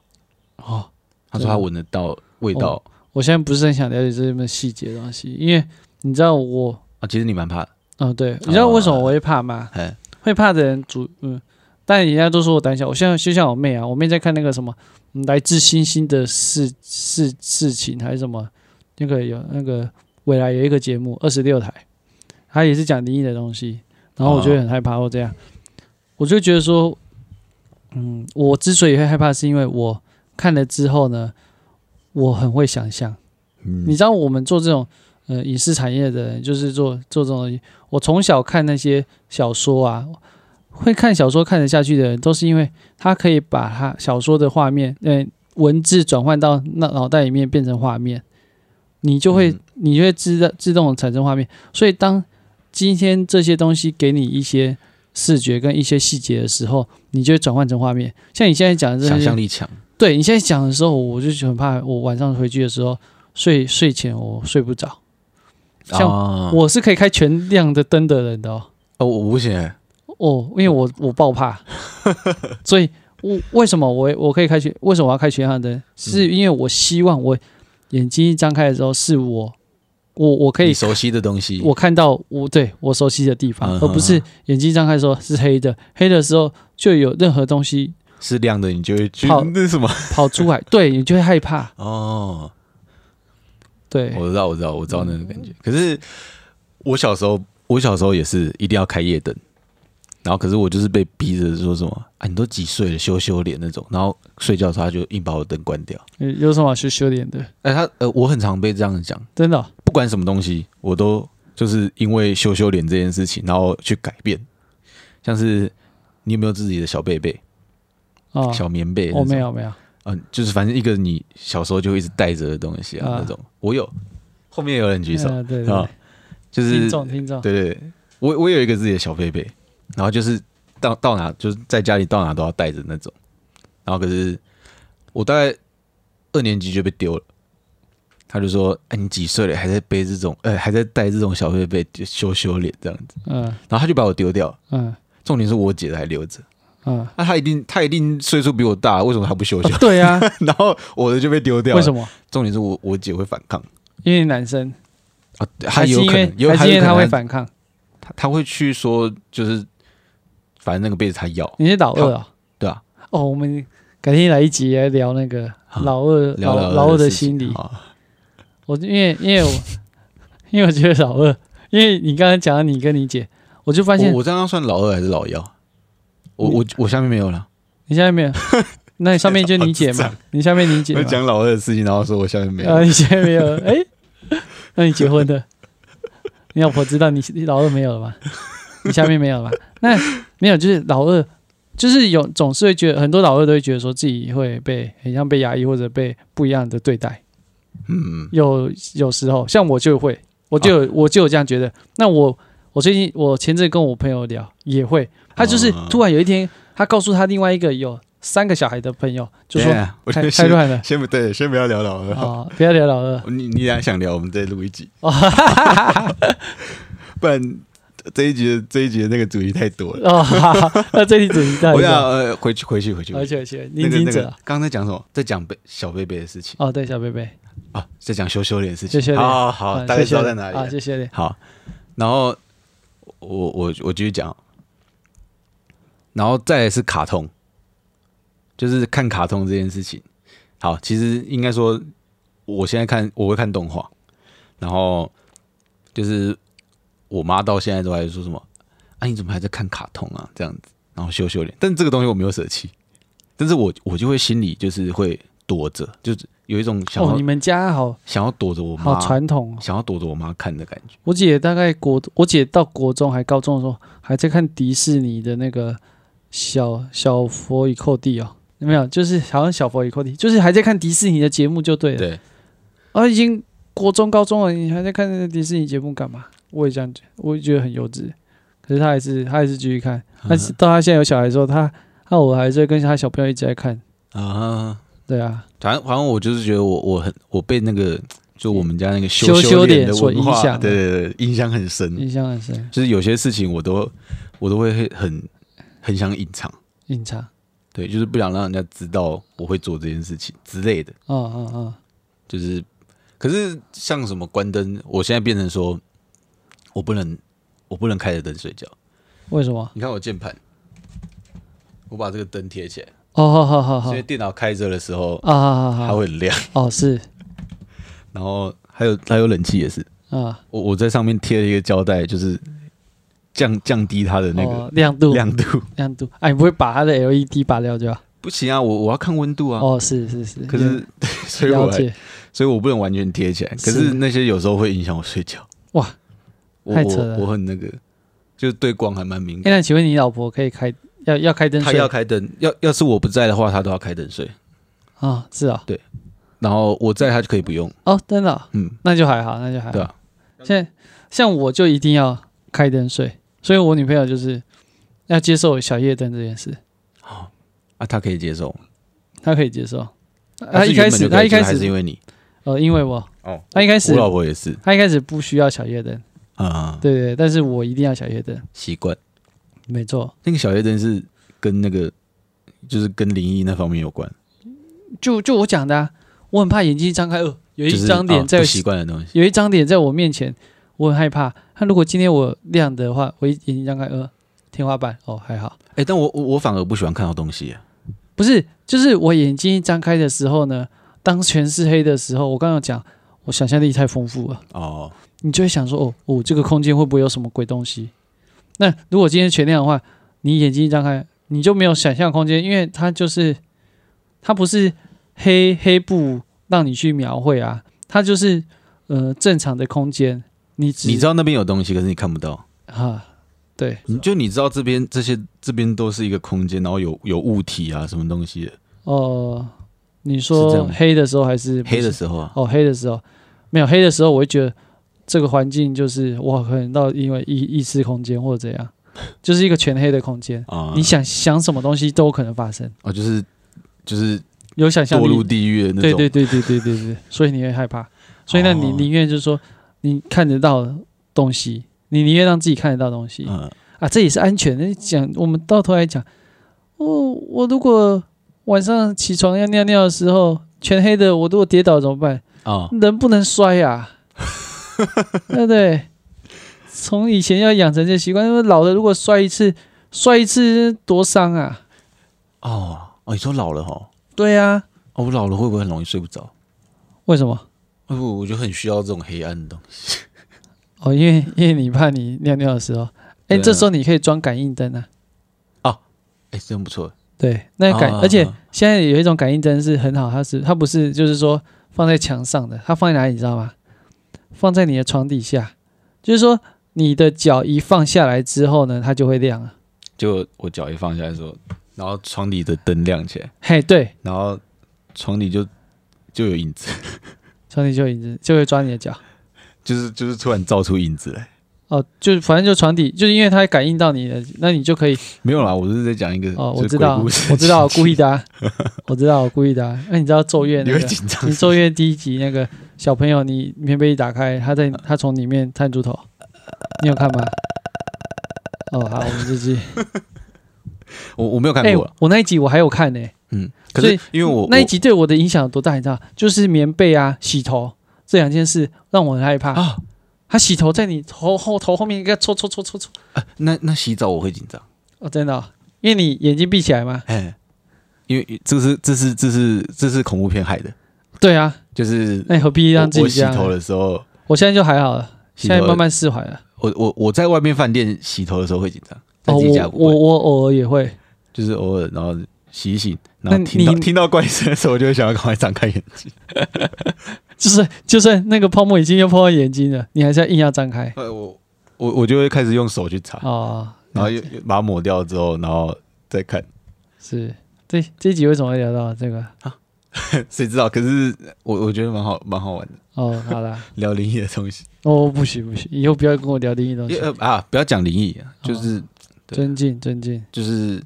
Speaker 1: 哦。
Speaker 2: 她说她闻得到味道、
Speaker 1: 我现在不是很想了解这么细节的东西，因为你知道我，
Speaker 2: 啊，其实你蛮怕的，
Speaker 1: 嗯，对，你知道为什么我会怕吗？
Speaker 2: 哎，
Speaker 1: 会怕的人主，嗯，但人家都说我胆小。我现在就像我妹啊，我妹在看那个什么嗯《来自星星的事事事情》还是什么，那个有那个未来有一个节目，二十六台，它也是讲灵异的东西，然后我就会很害怕或这样，我就觉得说，嗯，我之所以会害怕，是因为我看了之后呢，我很会想象。你
Speaker 2: 嗯，
Speaker 1: 知道我们做这种呃影视产业的人，就是做做这种东西。我从小看那些小说啊，会看小说看得下去的人，都是因为他可以把他小说的画面，呃，文字转换到那脑袋里面变成画面，你就会、
Speaker 2: 嗯
Speaker 1: 你就会自动自动产生画面。所以当今天这些东西给你一些视觉跟一些细节的时候，你就会转换成画面。像你现在讲的这些，
Speaker 2: 想象力强，
Speaker 1: 对你现在讲的时候，我就很怕，我晚上回去的时候睡睡前我睡不着。像
Speaker 2: 啊、
Speaker 1: 我是可以开全亮的灯的人的哦，
Speaker 2: 哦，我不行、哎
Speaker 1: 哦，因为我我爆 怕，所以我为什么我我可以开全？为什么我要开全亮的灯？
Speaker 2: 嗯
Speaker 1: 是因为我希望我眼睛一张开的时候，是我我我可以
Speaker 2: 你熟悉的东西，
Speaker 1: 我看到我对我熟悉的地方，
Speaker 2: 嗯
Speaker 1: 而
Speaker 2: 哼
Speaker 1: 不是眼睛张开的时候是黑的，黑的时候就有任何东西
Speaker 2: 是亮的，你就会去
Speaker 1: 好
Speaker 2: 那是什么？
Speaker 1: 跑出来，对你就会害怕，
Speaker 2: 哦，
Speaker 1: 对，
Speaker 2: 我知道，我知道，我知道那种感觉。可是我小时候，我小时候也是一定要开夜灯，然后可是我就是被逼着说什么啊，你都几岁了，羞羞脸那种。然后睡觉的时候他就硬把我灯关掉。
Speaker 1: 有有什么好羞羞脸的？
Speaker 2: 哎、他呃，我很常被这样讲，
Speaker 1: 真的哦、
Speaker 2: 不管什么东西，我都就是因为羞羞脸这件事情，然后去改变。像是你有没有自己的小贝贝、
Speaker 1: 哦，
Speaker 2: 小棉被？
Speaker 1: 我没。有没有，
Speaker 2: 嗯，就是反正一个你小时候就会一直带着的东西啊，
Speaker 1: 啊
Speaker 2: 那种。我有，后面有人举手
Speaker 1: 呃对对
Speaker 2: 啊
Speaker 1: 对，，
Speaker 2: 就是
Speaker 1: 听众听众，
Speaker 2: 对对，对我我有一个自己的小贝贝，然后就是到到哪就是在家里到哪都要带着那种，然后可是我大概二年级就被丢了，他就说：“哎，你几岁了，还在背这种，呃，还在带这种小贝贝，就羞羞脸这样子。
Speaker 1: 嗯”
Speaker 2: 然后他就把我丢掉，
Speaker 1: 嗯
Speaker 2: 重点是我姐的还留着，
Speaker 1: 嗯，
Speaker 2: 那、他一定他一定岁数比我啊大，为什么他不羞羞
Speaker 1: 啊？对 啊，
Speaker 2: 然后我的就被丢掉了，
Speaker 1: 为什
Speaker 2: 么？
Speaker 1: 么？
Speaker 2: 重点是我我姐会反抗
Speaker 1: 因为男生，
Speaker 2: 啊，她
Speaker 1: 还是
Speaker 2: 有
Speaker 1: 因
Speaker 2: 可
Speaker 1: 为
Speaker 2: 能，有
Speaker 1: 还是因为
Speaker 2: 她
Speaker 1: 他会反抗？
Speaker 2: 他他会去说，就是反正那个被子他要，
Speaker 1: 你是老二啊？
Speaker 2: 对啊，
Speaker 1: 哦，我们改天来一集来聊那个
Speaker 2: 好
Speaker 1: 老二
Speaker 2: 聊
Speaker 1: 老
Speaker 2: 聊
Speaker 1: 老二的
Speaker 2: 事情啊
Speaker 1: 心理。
Speaker 2: 好
Speaker 1: 我因为因为我 因为我觉得老二，因为你刚才讲到你跟你姐，我就发现
Speaker 2: 我我刚刚算老二还是老幺？我
Speaker 1: 你
Speaker 2: 我我下面没有了。
Speaker 1: 你下面没有，那你上面就你 姐
Speaker 2: 好智
Speaker 1: 嘛，你下面你姐
Speaker 2: 我
Speaker 1: 嘛，
Speaker 2: 讲老二的事情，然后说我下面没有
Speaker 1: 啊，。你现在没有了？哎、那你结婚的，你老婆知道你你老二没有了吗？你下面没有了吗？那没有，就是老二，就是有总是会觉得很多老二都会觉得说自己会被很像被压抑或者被不一样的对待。
Speaker 2: 嗯，
Speaker 1: 有有时候像我就会，我就有、我就有这样觉得。那我我最近我前阵跟我朋友聊也会，他就是
Speaker 2: 哦
Speaker 1: 突然有一天，他告诉他另外一个有三个小孩的朋友，就说
Speaker 2: 等一下啊我觉
Speaker 1: 太
Speaker 2: 得
Speaker 1: 太
Speaker 2: 先
Speaker 1: 乱了
Speaker 2: 先不对，先不要聊老二。好
Speaker 1: 啊、不要聊老二。
Speaker 2: 你你俩想聊，我们再录一集，
Speaker 1: 哦哈哈哈哈哈
Speaker 2: 不然这一集的这一集的那个主题太多了。
Speaker 1: 哦，哈哈那这哦里主题在
Speaker 2: 我想
Speaker 1: 哪？
Speaker 2: 呃回去回去回去。
Speaker 1: 而
Speaker 2: 回去
Speaker 1: 且而且，
Speaker 2: 那
Speaker 1: 聆
Speaker 2: 个
Speaker 1: 听
Speaker 2: 那
Speaker 1: 者
Speaker 2: 个
Speaker 1: 啊，
Speaker 2: 刚才讲什么？在讲贝小贝贝的事情
Speaker 1: 哦，对，小贝贝，
Speaker 2: 啊，在讲羞羞脸的事
Speaker 1: 羞羞
Speaker 2: 情。
Speaker 1: 脸
Speaker 2: 好好好，
Speaker 1: 嗯
Speaker 2: 大概
Speaker 1: 谢
Speaker 2: 知
Speaker 1: 谢
Speaker 2: 道在哪里了
Speaker 1: 啊？。谢谢你，
Speaker 2: 好，然后我我我继续讲，然后再来是卡通，就是看卡通这件事情。好，其实应该说，我现在看我会看动画，然后就是我妈到现在都还说什么啊，你怎么还在看卡通啊？这样子，然后羞羞脸。但这个东西我没有舍弃，但是我我就会心里就是会躲着，就是有一种想要、
Speaker 1: 哦，你们家好
Speaker 2: 想要躲着我
Speaker 1: 好
Speaker 2: 妈，
Speaker 1: 传统、哦。
Speaker 2: 想要躲着我妈看的感觉。
Speaker 1: 我姐大概国，我姐到国中还高中的时候，还在看迪士尼的那个小小佛与寇弟哦，有没有？就是好像小佛与寇弟，就是还在看迪士尼的节目就对了。
Speaker 2: 对，
Speaker 1: 啊，已经国中、高中了，你还在看那个迪士尼节目干嘛？我也这样觉得，我也觉得很幼稚。可是他还是，他还是继续看。
Speaker 2: 嗯
Speaker 1: 但是到他现在有小孩的时候，他他我还是会跟他小朋友一直在看。
Speaker 2: 啊，
Speaker 1: 对啊，
Speaker 2: 反正反正我就是觉得我我很我被那个就我们家那个
Speaker 1: 羞羞
Speaker 2: 羞
Speaker 1: 脸
Speaker 2: 的
Speaker 1: 所
Speaker 2: 文化
Speaker 1: 影响嗯
Speaker 2: 对对对，影响很深。
Speaker 1: 印象很深，
Speaker 2: 就是有些事情我都我都会很很想隐藏，
Speaker 1: 隐藏。
Speaker 2: 对，就是不想让人家知道我会做这件事情之类的。
Speaker 1: 啊啊啊！
Speaker 2: 就是，可是像什么关灯，我现在变成说，我不能，我不能开着灯睡觉。
Speaker 1: 为什么？
Speaker 2: 你看我键盘，我把这个灯贴起来，
Speaker 1: 哦，好好好好
Speaker 2: 所以电脑开着的时候
Speaker 1: 啊，好好
Speaker 2: 它
Speaker 1: 好，
Speaker 2: 会很亮。
Speaker 1: 哦是
Speaker 2: 然后还有还有冷气也是，
Speaker 1: 啊，
Speaker 2: 我我在上面贴了一个胶带，就是降降低它的那
Speaker 1: 哦
Speaker 2: 个
Speaker 1: 亮度
Speaker 2: 亮度。
Speaker 1: 亮度，哎，你不会把它的 LED 拔掉就好？
Speaker 2: 不行啊，我我要看温度啊。
Speaker 1: 哦，是是是，
Speaker 2: 可是， 所以
Speaker 1: 了
Speaker 2: 我还
Speaker 1: 解
Speaker 2: 所以我不能完全贴起来。可
Speaker 1: 是
Speaker 2: 是那些有时候会影响我睡觉。
Speaker 1: 哇，
Speaker 2: 我
Speaker 1: 太扯了
Speaker 2: 我我很那个，就是对光还蛮敏
Speaker 1: 哎，
Speaker 2: 感。
Speaker 1: 那请问你老婆可以开要要开灯
Speaker 2: 她
Speaker 1: 睡
Speaker 2: 要开灯，要要是我不在的话，她都要开灯睡。
Speaker 1: 啊？是啊，
Speaker 2: 然后我在，她就可以不用。
Speaker 1: 哦，真的哦，
Speaker 2: 嗯，
Speaker 1: 那就还好，那就还
Speaker 2: 对
Speaker 1: 好。
Speaker 2: 啊，
Speaker 1: 现在像我就一定要开灯睡，所以我女朋友就是要接受小夜灯这件事，
Speaker 2: 啊，她可以接受。
Speaker 1: 她可以接受。
Speaker 2: 还
Speaker 1: 她
Speaker 2: 是
Speaker 1: 一开
Speaker 2: 原本
Speaker 1: 始，
Speaker 2: 就可以
Speaker 1: 她一
Speaker 2: 接受
Speaker 1: 开
Speaker 2: 还是因
Speaker 1: 始
Speaker 2: 为你
Speaker 1: 呃，因为我
Speaker 2: 哦，
Speaker 1: 她一开始
Speaker 2: 我老婆也是，
Speaker 1: 她一开始不需要小夜灯，
Speaker 2: 啊，
Speaker 1: 对对，但是我一定要小夜灯，
Speaker 2: 习惯。
Speaker 1: 没错。
Speaker 2: 那个小夜灯是跟那个就是跟灵异那方面有关，
Speaker 1: 就就我讲的、啊，我很怕眼睛一张开，呃，有
Speaker 2: 就
Speaker 1: 一
Speaker 2: 是
Speaker 1: 张
Speaker 2: 啊
Speaker 1: 脸在、
Speaker 2: 不习惯的东西。
Speaker 1: 有一张脸在我面前，我很害怕。那如果今天我亮的话，我一眼睛张开，呃，天花板哦还好，
Speaker 2: 哎，但我我我反而不喜欢看到东西啊。
Speaker 1: 不是，就是我眼睛一张开的时候呢，当全是黑的时候，我刚刚有讲，我想象力太丰富了，
Speaker 2: 哦，
Speaker 1: 你就会想说，哦哦，这个空间会不会有什么鬼东西？那如果今天全亮的话，你眼睛一张开，你就没有想象空间，因为它就是它不是黑黑布让你去描绘啊，它就是呃正常的空间，你只
Speaker 2: 你知道那边有东西，可是你看不到。
Speaker 1: 啊，对，
Speaker 2: 你就你知道这边这些这边都是一个空间，然后有有物体啊什么东西的
Speaker 1: 哦、你
Speaker 2: 是这
Speaker 1: 说
Speaker 2: 样吗
Speaker 1: 黑的时候还是不是
Speaker 2: 黑的时候啊，
Speaker 1: 哦，黑的时候没有黑的时候，我会觉得这个环境就是我可能到因为异异次空间或者怎样，就是一个全黑的空间，
Speaker 2: 啊，
Speaker 1: 哦你想想什么东西都有可能发生，
Speaker 2: 哦，就是就是
Speaker 1: 有想象
Speaker 2: 堕入
Speaker 1: 力，
Speaker 2: 地狱的那
Speaker 1: 对
Speaker 2: 种，
Speaker 1: 对对对对对对，所以你会害怕，所以呢，你
Speaker 2: 哦
Speaker 1: 宁愿就是说你看得到的东西，你宁愿让自己看得到东西
Speaker 2: 嗯，
Speaker 1: 啊，这也是安全的。讲我们到头来讲，我我如果晚上起床要尿尿的时候全黑的，我如果跌倒怎么办？
Speaker 2: 啊，
Speaker 1: 人不能摔 呀、对不对？从以前要养成这习惯，因为老了如果摔一次，摔一次多伤啊！
Speaker 2: 哦哦，你说老了哈，
Speaker 1: 对啊，
Speaker 2: 哦，我老了会不会很容易睡不着？
Speaker 1: 为什么？
Speaker 2: 哦，我就很需要这种黑暗的东西。
Speaker 1: 哦，因为因为你怕你尿尿的时候，哎、
Speaker 2: 对啊
Speaker 1: 这时候你可以装感应灯啊。
Speaker 2: 哎，真不错，
Speaker 1: 对，那感，
Speaker 2: 啊
Speaker 1: 而且现在有一种感应灯是很好，它是它不是就是说放在墙上的，它放在哪里你知道吗？放在你的床底下，就是说你的脚一放下来之后呢，它就会亮了。
Speaker 2: 就我脚一放下来的时候，然后床底的灯亮起来，
Speaker 1: 嘿，对，
Speaker 2: 然后床底就就有影子，
Speaker 1: 床底就有影子就会抓你的脚。
Speaker 2: 就是就是突然照出影子来。
Speaker 1: 哦，就反正就床底，就是因为它感应到你的，那你就可以
Speaker 2: 没有啦，我是在讲一个
Speaker 1: 哦，我
Speaker 2: 就是
Speaker 1: 知
Speaker 2: 鬼
Speaker 1: 道，
Speaker 2: 故事
Speaker 1: 我知 道，我故意的、啊，我知道，我故意的、啊。那、你知道《咒怨》
Speaker 2: 你
Speaker 1: 那
Speaker 2: 会
Speaker 1: 个，
Speaker 2: 紧张
Speaker 1: 你《咒怨》第一集那个小朋友，你棉被一打开，他在他从里面探出头，你有看吗？哦，好，我们这集，
Speaker 2: 我我没 有看
Speaker 1: 哎、
Speaker 2: 过了，
Speaker 1: 我那一集我还有看呢、
Speaker 2: 嗯，可
Speaker 1: 所
Speaker 2: 是
Speaker 1: 以
Speaker 2: 因为我
Speaker 1: 那一集对我的影响有多大？你知道，就是棉被啊、洗头这两件事让我很害怕。
Speaker 2: 我啊，
Speaker 1: 他洗头在你头后头后面应该搓搓搓搓搓，
Speaker 2: 啊那那洗澡我会紧张，
Speaker 1: 哦，真的哦、因为你眼睛闭起来嘛。
Speaker 2: 哎，因为这是这是这是这是恐怖片害的，
Speaker 1: 对啊，
Speaker 2: 就是
Speaker 1: 那你何必
Speaker 2: 我
Speaker 1: 让自己
Speaker 2: 我洗
Speaker 1: 这样呢？
Speaker 2: 头的时候，
Speaker 1: 我现在就还好了，
Speaker 2: 洗
Speaker 1: 现在
Speaker 2: 头
Speaker 1: 慢慢释怀了。
Speaker 2: 我我我在外面饭店洗头的时候会紧张，在
Speaker 1: 哦，
Speaker 2: 自己家
Speaker 1: 我
Speaker 2: 不
Speaker 1: 我
Speaker 2: 会，
Speaker 1: 我偶尔也会，
Speaker 2: 就是偶尔然后洗一洗，然后
Speaker 1: 那
Speaker 2: 听到
Speaker 1: 你
Speaker 2: 听到怪声的时候，我就会想要赶快张开眼睛。
Speaker 1: 就是就算那个泡沫已经要泡到眼睛了，你还是要硬要张开
Speaker 2: 呃，我我我就会开始用手去擦，
Speaker 1: 哦。
Speaker 2: 然后又又把它抹掉之后，然后再看。
Speaker 1: 是这这一集为什么会聊到这个？
Speaker 2: 谁知道？可是我我觉得蛮好，蛮好玩的，
Speaker 1: 哦，好啦，
Speaker 2: 聊灵异的东西。
Speaker 1: 哦，不许不许，以后不要跟我聊灵异东西
Speaker 2: 也，呃啊，不要讲灵异啊，
Speaker 1: 哦
Speaker 2: 就是、对
Speaker 1: 尊敬尊敬，
Speaker 2: 就是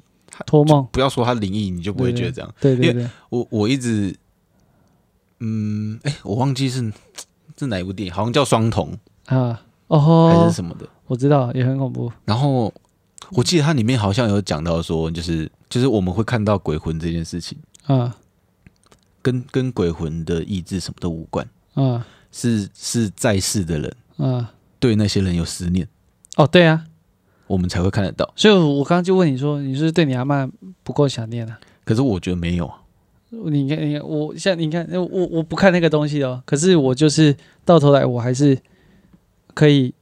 Speaker 1: 托梦，
Speaker 2: 不要说它灵异，你就不会觉得这样。
Speaker 1: 对对
Speaker 2: 因
Speaker 1: 对，
Speaker 2: 我我一直，嗯，哎、我忘记是是哪一部电影，好像叫《双瞳》
Speaker 1: 啊，哦
Speaker 2: 还
Speaker 1: 吼
Speaker 2: 是，什么的。
Speaker 1: 我知道，也很恐怖，
Speaker 2: 然后我记得它里面好像有讲到说，就是就是我们会看到鬼魂这件事情，
Speaker 1: 啊
Speaker 2: 跟跟鬼魂的意志什么都无关，
Speaker 1: 啊
Speaker 2: 是是在世的人
Speaker 1: 啊，
Speaker 2: 对那些人有思念，
Speaker 1: 哦，对啊，
Speaker 2: 我们才会看得到。
Speaker 1: 所以我刚刚就问你说，你是不是对你阿嬷不够想念啊？
Speaker 2: 可是我觉得没有啊，
Speaker 1: 你看，你看，我像你看，我我不看那个东西的哦，可是我就是到头来，我还哦是可以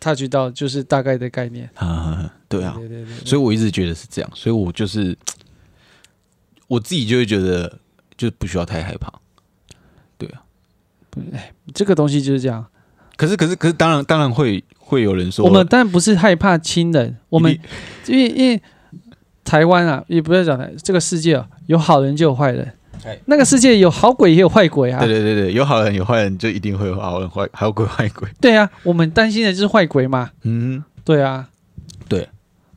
Speaker 1: touch 到，就是大概的概念。
Speaker 2: 啊 对啊，
Speaker 1: 对对对，
Speaker 2: 所
Speaker 1: 以
Speaker 2: 以我一直觉得是这样，所以我就是我自己就会觉得就不需要太害怕。啊
Speaker 1: 这个东西就是这样。
Speaker 2: 可是可是可是，当然当然会会有人说
Speaker 1: 我们当然不是害怕亲人，我们
Speaker 2: 一定
Speaker 1: 因为因为台湾啊，也不要讲台这个世界啊，有好人就有坏人
Speaker 2: 哎，
Speaker 1: 那个世界有好鬼也有坏鬼啊。
Speaker 2: 对对对对，有好人有坏人，就一定会有好人坏，还有鬼坏鬼。
Speaker 1: 对啊，我们担心的就是坏鬼嘛。
Speaker 2: 嗯，
Speaker 1: 对啊，
Speaker 2: 对，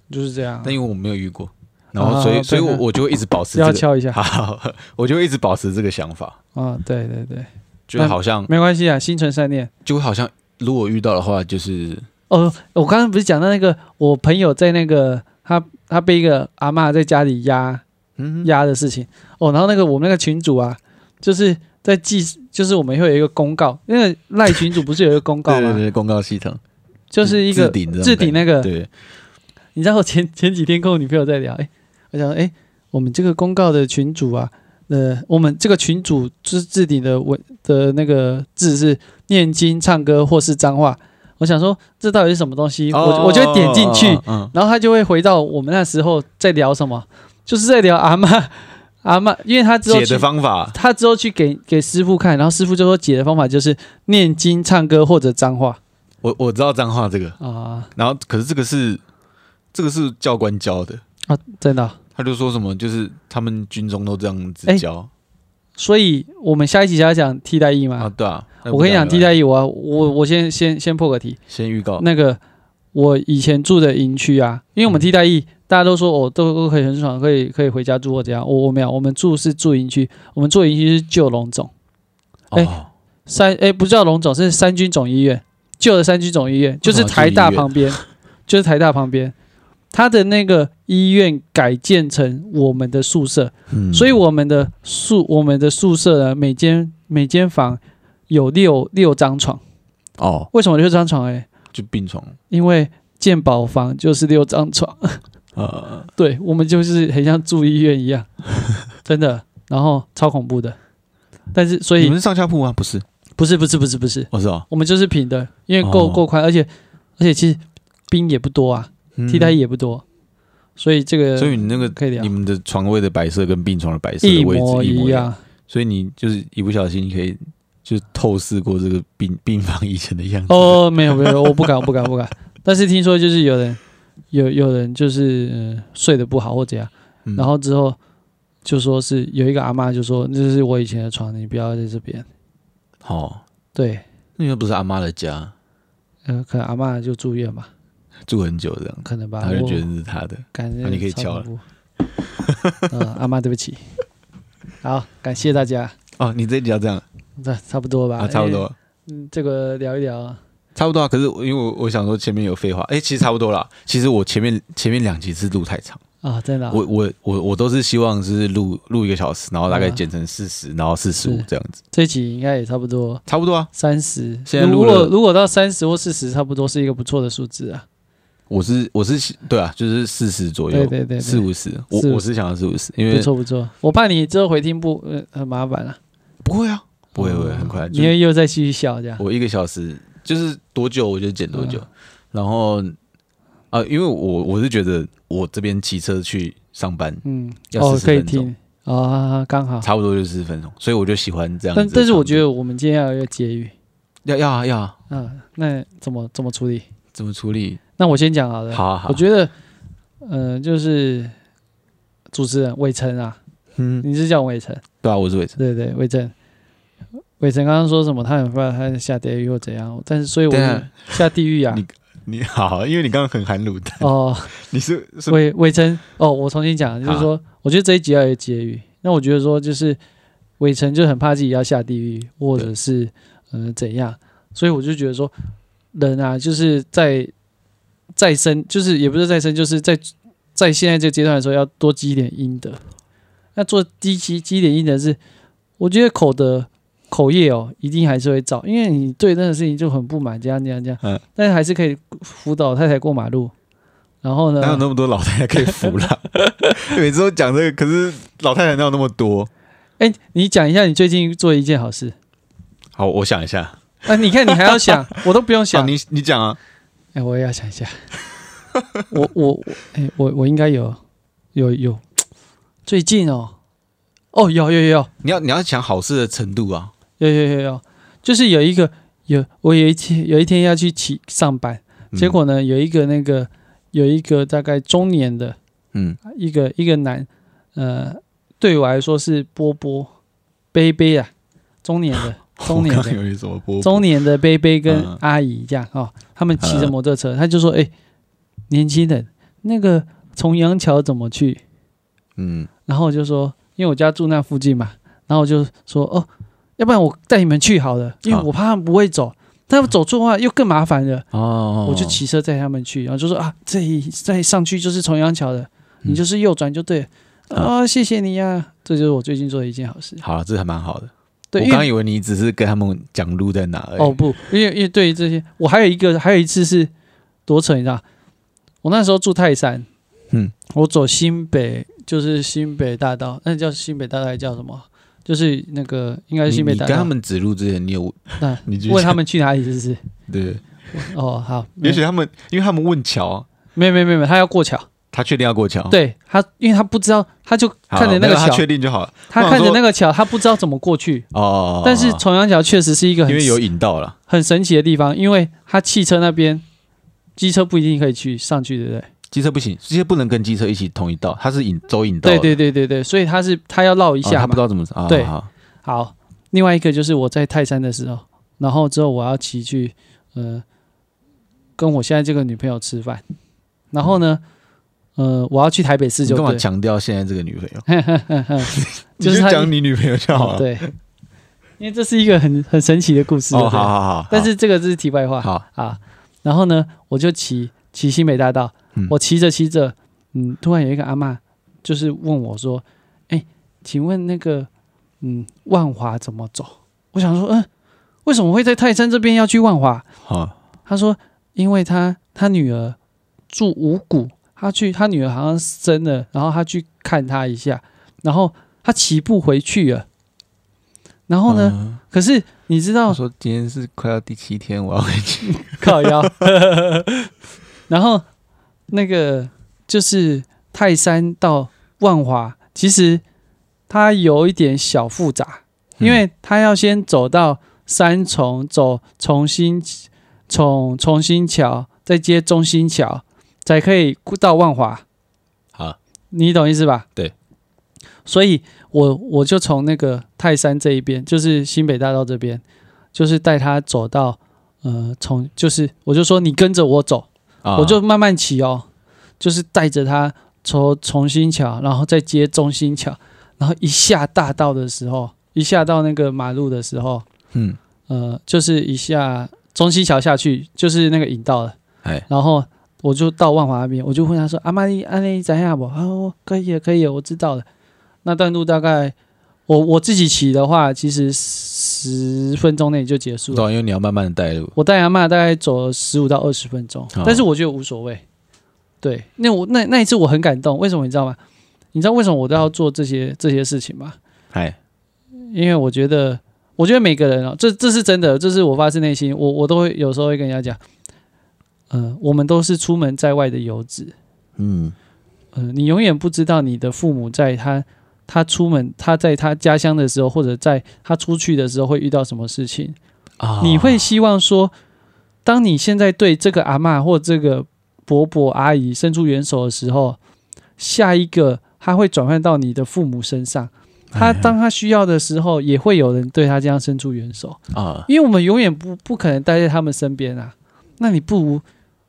Speaker 1: 就是这样啊
Speaker 2: 但。因为我没有遇过，然后
Speaker 1: 啊
Speaker 2: 所以、
Speaker 1: 对
Speaker 2: 所以我
Speaker 1: 对
Speaker 2: 我就会一直保持
Speaker 1: 不要
Speaker 2: 这个，
Speaker 1: 敲一下啊
Speaker 2: 好，我就会一直保持这个想法，！
Speaker 1: 嗯对对对，
Speaker 2: 就好像
Speaker 1: 没关系啊，心存善念。
Speaker 2: 就好像如果遇到的话，就是
Speaker 1: 哦，我刚刚不是讲到那个，我朋友在那个他他被一个阿嬷在家里压
Speaker 2: 嗯
Speaker 1: 压的事情哦，然后那个我们那个群主啊，就是在记，就是我们会有一个公告，因为赖群主不是有一个公告吗
Speaker 2: 对？对对，公告系统
Speaker 1: 就是一个
Speaker 2: 置顶这种
Speaker 1: 置顶那
Speaker 2: 感
Speaker 1: 个
Speaker 2: 觉，对，
Speaker 1: 你知道我前前几天跟我女朋友在聊，哎、我想，哎、我们这个公告的群主啊，呃，我们这个群主置置顶的文的那个字是念经、唱歌或是脏话，我想说这到底是什么东西？我我就会点进去。
Speaker 2: 哦，哦哦
Speaker 1: 然后他就会回到我们那时候在聊什么，就是在聊阿嬷，阿嬷，因为他之
Speaker 2: 嗯
Speaker 1: 后
Speaker 2: 解
Speaker 1: 去
Speaker 2: 的方法，
Speaker 1: 他之后去给给师傅看，然后师傅就说解的方法就是念经、唱歌或者脏话
Speaker 2: 我我知道脏话这个，
Speaker 1: 啊
Speaker 2: 然后可是这个是这个是教官教的，
Speaker 1: 啊，真的哦、
Speaker 2: 他就说什么就是他们军中都这样子
Speaker 1: 哎
Speaker 2: 教
Speaker 1: 所以我们下一集要讲替代役嘛。
Speaker 2: 啊，对啊，那
Speaker 1: 我跟你讲，
Speaker 2: 不
Speaker 1: 替
Speaker 2: 然
Speaker 1: 代役我要，我我先先先破个题，
Speaker 2: 先预告，
Speaker 1: 那个我以前住的营区啊，因为我们
Speaker 2: 嗯
Speaker 1: 替代役，大家都说我、哦、都都可以很爽，可以可以回家住或怎样，我我没有，我们住是住营区，我们住营区是旧龙总。哎
Speaker 2: 哦
Speaker 1: 三诶，不叫龙总，是三军总医院，旧的三军总医院，就是台大旁 边，就是台大旁边，他的那个医院改建成我们的宿舍，
Speaker 2: 嗯
Speaker 1: 所以我们的宿我们的宿舍呢，每间每间房有六六张床，
Speaker 2: 哦
Speaker 1: 为什么六张床？诶，
Speaker 2: 就病床，
Speaker 1: 因为健保房就是六张床，
Speaker 2: 呃，
Speaker 1: 对我们就是很像住医院一样，真的，然后超恐怖的，但是所
Speaker 2: 你
Speaker 1: 以
Speaker 2: 们是上下铺吗？不是，
Speaker 1: 不是不是不是不是。哦
Speaker 2: 我知道，
Speaker 1: 我们就是平的，因为够
Speaker 2: 哦
Speaker 1: 够宽，而且而且其实兵也不多啊，
Speaker 2: 嗯
Speaker 1: 替代役也不多，所以这个
Speaker 2: 所以你那个
Speaker 1: 可以聊
Speaker 2: 你们的床位的摆设跟病床的摆设
Speaker 1: 一
Speaker 2: 的位置
Speaker 1: 模
Speaker 2: 一
Speaker 1: 一
Speaker 2: 模样，
Speaker 1: 样。
Speaker 2: 所以你就是一不小心你可以就是透视过 这个病病房以前的样子。
Speaker 1: 哦，没有没有，我不敢我不敢我不敢。 但是听说就是有人有有人就是、呃睡得不好或怎样，
Speaker 2: 嗯，
Speaker 1: 然后之后就说是有一个阿妈就说这是我以前的床，你不要在这边。
Speaker 2: 哦，
Speaker 1: 对，
Speaker 2: 那又不是阿妈的家，
Speaker 1: 呃，可能阿妈就住院吧，
Speaker 2: 住很久这样，
Speaker 1: 可能吧。
Speaker 2: 他就
Speaker 1: 我
Speaker 2: 啊觉得是他的。
Speaker 1: 感觉
Speaker 2: 啊你可以
Speaker 1: 超
Speaker 2: 敲
Speaker 1: 恐 怖嗯，阿妈对不起。好，感谢大家。
Speaker 2: 哦，你这一集要这样
Speaker 1: 那差不多吧，
Speaker 2: 啊，差不
Speaker 1: 因为。
Speaker 2: 多，
Speaker 1: 嗯，这个聊一聊啊。
Speaker 2: 差不多啊。可是我因为我我想说前面有废话，哎，其实差不多啦。其实我前面前面两集是录太长，
Speaker 1: 啊，真的啊、
Speaker 2: 我我我我都是希望是录录一个小时，然后大概
Speaker 1: 啊
Speaker 2: 剪成四十，然后四十五
Speaker 1: 是
Speaker 2: 这样子，
Speaker 1: 这集应该也差不多
Speaker 2: 差不多啊。
Speaker 1: 三十。
Speaker 2: 现在
Speaker 1: 如
Speaker 2: 录了
Speaker 1: 果如果到三十或四十，差不多是一个不错的数字啊。
Speaker 2: 我是我是对啊，就是四十左右，
Speaker 1: 对对对对
Speaker 2: 四五十，我
Speaker 1: 四五
Speaker 2: 我是想要四五十，因
Speaker 1: 不
Speaker 2: 为
Speaker 1: 错不错，我怕你之后回听不呃很麻烦了、啊。
Speaker 2: 不会啊，不会不会
Speaker 1: 哦
Speaker 2: 很快，
Speaker 1: 你
Speaker 2: 就
Speaker 1: 又
Speaker 2: 是
Speaker 1: 又再继续笑这样。
Speaker 2: 我一个小时就是多久我就剪多久
Speaker 1: 嗯，
Speaker 2: 然后啊，因为我我是觉得我这边骑车去上班
Speaker 1: 嗯，
Speaker 2: 要
Speaker 1: 哦
Speaker 2: 40
Speaker 1: 可以
Speaker 2: 分钟
Speaker 1: 听啊，刚好。
Speaker 2: 差不多就是分钟，所以我就喜欢这样子
Speaker 1: 但
Speaker 2: 的
Speaker 1: 但是我
Speaker 2: 长度
Speaker 1: 觉得我们今天要要结语，
Speaker 2: 要要啊要啊，
Speaker 1: 嗯，那怎么怎么处理？
Speaker 2: 怎么处理？
Speaker 1: 那我先讲好了。
Speaker 2: 好啊好啊
Speaker 1: 我觉得，呃，就是主持人伟成啊，
Speaker 2: 嗯，
Speaker 1: 你是叫伟成？
Speaker 2: 对啊，我是伟成。
Speaker 1: 对对，伟成。伟成刚刚说什么？他很怕他下地狱或怎样？但是所以我
Speaker 2: 对啊
Speaker 1: 下地狱啊
Speaker 2: 你！你好，因为你刚刚很含卤蛋，
Speaker 1: 哦，
Speaker 2: 你是是
Speaker 1: 伟伟成哦，我重新讲，就是
Speaker 2: 好
Speaker 1: 说，我觉得这一集要有结语。那我觉得说，就是伟成就很怕自己要下地狱，或者是呃怎样，所以我就觉得说，人啊，就是在再生，就是也不是再生，就是在在现在这个阶段的时候，要多积一点阴德。那做积积积一点阴德是，我觉得口德口业哦，一定还是会造，因为你对那个事情就很不满，这样这样这样，
Speaker 2: 嗯
Speaker 1: 但是还是可以辅导太太过马路。然后呢？
Speaker 2: 哪有那么多老太太可以服啦？ 每次都讲这个，可是老太太哪有那么多？
Speaker 1: 哎、你讲一下你最近做一件好事。
Speaker 2: 好，我想一下。
Speaker 1: 啊，你看你还要 想，我都不用
Speaker 2: 好，
Speaker 1: 想。哎、哎
Speaker 2: 你你讲啊。
Speaker 1: 我也要想一下。 我我我哎、我我应该有有有，最近哦，哦有有有
Speaker 2: 你要你要想好事的程度啊，
Speaker 1: 有有有有，就是有一个有我有一天有一天要去起上班，
Speaker 2: 嗯
Speaker 1: 结果呢有一个那个有一个大概中年的
Speaker 2: 嗯
Speaker 1: 一个一个男，呃，对我来说是波波杯杯啊，中年的中年
Speaker 2: 我
Speaker 1: 的
Speaker 2: 刚。有一什么波
Speaker 1: 中年的贝贝跟
Speaker 2: 嗯
Speaker 1: 阿姨这样哦，他们骑着
Speaker 2: 嗯
Speaker 1: 摩托车，他就说：“哎、年轻人，那个重阳桥怎么去
Speaker 2: 嗯？”
Speaker 1: 然后我就说：“因为我家住那附近嘛。”然后我就说：“哦，要不然我带你们去好了，因为
Speaker 2: 好
Speaker 1: 我怕他们不会走，他们走错的话又更麻烦了。
Speaker 2: 哦
Speaker 1: 我就骑车载他们去，然后就说：“啊，这里再上去就是重阳桥了，
Speaker 2: 嗯
Speaker 1: 你就是右转就对了。啊、谢谢你呀、这就是我最近做的一件好事。
Speaker 2: 好了，这还蛮好的。
Speaker 1: 对，
Speaker 2: 我
Speaker 1: 因为
Speaker 2: 刚以为你只是跟他们讲路在哪而已。
Speaker 1: 哦不，因为因为对于这些，我还有一个还有一次是多扯，你知道，我那时候住泰山，
Speaker 2: 嗯，
Speaker 1: 我走新北就是新北大道，那叫新北大道还叫什么？就是那个应该是
Speaker 2: 你
Speaker 1: 新北
Speaker 2: 你
Speaker 1: 大
Speaker 2: 跟
Speaker 1: 道。
Speaker 2: 他们指路之前，你有
Speaker 1: 那
Speaker 2: 你就
Speaker 1: 问他们去哪里，是不是？
Speaker 2: 对，
Speaker 1: 哦，好，没
Speaker 2: 也许他哦们因为他们问桥，
Speaker 1: 没有没有没有，他要过桥，
Speaker 2: 他确定要过桥，
Speaker 1: 对他，因为他不知道，他就
Speaker 2: 好，
Speaker 1: 看着那个
Speaker 2: 没有他
Speaker 1: 桥，
Speaker 2: 确定就好了。
Speaker 1: 他
Speaker 2: 我想
Speaker 1: 看着
Speaker 2: 说
Speaker 1: 那个桥，他不知道怎么过去。
Speaker 2: 哦，
Speaker 1: 但是重阳桥确实是一个很
Speaker 2: 因为有引道了，
Speaker 1: 很神奇的地方，因为他汽车那边机车不一定可以去上去，对不对？
Speaker 2: 机车不行，机车不能跟机车一起同一道，它是引走引道的，
Speaker 1: 对对对对对，所以他是他要绕一
Speaker 2: 哦
Speaker 1: 下
Speaker 2: 他不
Speaker 1: 嘛。
Speaker 2: 知道怎么啊，
Speaker 1: 对
Speaker 2: 好好
Speaker 1: 好，另外一个就是我在泰山的时候，然后之后我要骑去呃跟我现在这个女朋友吃饭，然后呢，呃，我要去台北市
Speaker 2: 你
Speaker 1: 就
Speaker 2: 干嘛
Speaker 1: 对，
Speaker 2: 强调现在这个女朋友？
Speaker 1: 就
Speaker 2: 你
Speaker 1: 是他
Speaker 2: 讲你女朋友就好了。
Speaker 1: 对， 因为这是一个很很神奇的故事。对
Speaker 2: 哦，
Speaker 1: 不对
Speaker 2: 好好好，
Speaker 1: 但是这个是题外话。
Speaker 2: 好
Speaker 1: 啊，然后呢，我就骑骑新北大道，
Speaker 2: 嗯
Speaker 1: 我骑着骑着，嗯，突然有一个阿嬷就是问我说：“哎，请问那个，嗯，万华怎么走？”我想说，嗯，为什么会在泰山这边要去万华？
Speaker 2: 好，
Speaker 1: 他说，因为他他女儿住五谷，他去他女儿好像生了，然后他去看她一下，然后他骑步回去了。然后呢？
Speaker 2: 呢？
Speaker 1: 可是你知道
Speaker 2: 嗯他，说今天是快要第七天，我要回去。
Speaker 1: 靠腰。然后那个就是泰山到万华，其实它有一点小复杂，
Speaker 2: 嗯
Speaker 1: 因为它要先走到三重，走重新从重新桥，再接中心桥，才可以到万华。
Speaker 2: 好，
Speaker 1: 你懂意思吧？
Speaker 2: 对。
Speaker 1: 所以我我就从那个泰山这一边，就是新北大道这边，就是带他走到呃，从就是我就说你跟着我走，
Speaker 2: 啊
Speaker 1: 我就慢慢骑哦，就是带着他从重新桥，然后再接中心桥，然后一下大道的时候，一下到那个马路的时候，
Speaker 2: 嗯，
Speaker 1: 呃，就是一下中心桥下去，就是那个引道了。
Speaker 2: 哎，
Speaker 1: 然后我就到万华那边，我就问他说：“阿妈你阿你怎样不？”他说：“可以了，可以了，我知道了。”那段路大概我我自己骑的话，其实十分钟内就结束了。
Speaker 2: 对，因为你要慢慢的带路。
Speaker 1: 我带阿妈大概走了十五到二十分钟
Speaker 2: 哦，
Speaker 1: 但是我觉得无所谓。对，那我那那一次我很感动，为什么你知道吗？你知道为什么我都要做这些这些事情吗？
Speaker 2: 哎，
Speaker 1: 因为我觉得，我觉得每个人哦，这这是真的，这是我发自内心，我我都会有时候会跟人家讲，呃，我们都是出门在外的游子，
Speaker 2: 嗯，
Speaker 1: 呃，你永远不知道你的父母在他他出门，他在他家乡的时候，或者在他出去的时候会遇到什么事情，
Speaker 2: 啊
Speaker 1: 你会希望说，当你现在对这个阿嬷或这个伯伯阿姨伸出援手的时候，下一个他会转换到你的父母身上。他当他需要的时候，也会有人对他这样伸出援手，
Speaker 2: 啊，
Speaker 1: 因为我们永远不不可能待在他们身边啊。那你不如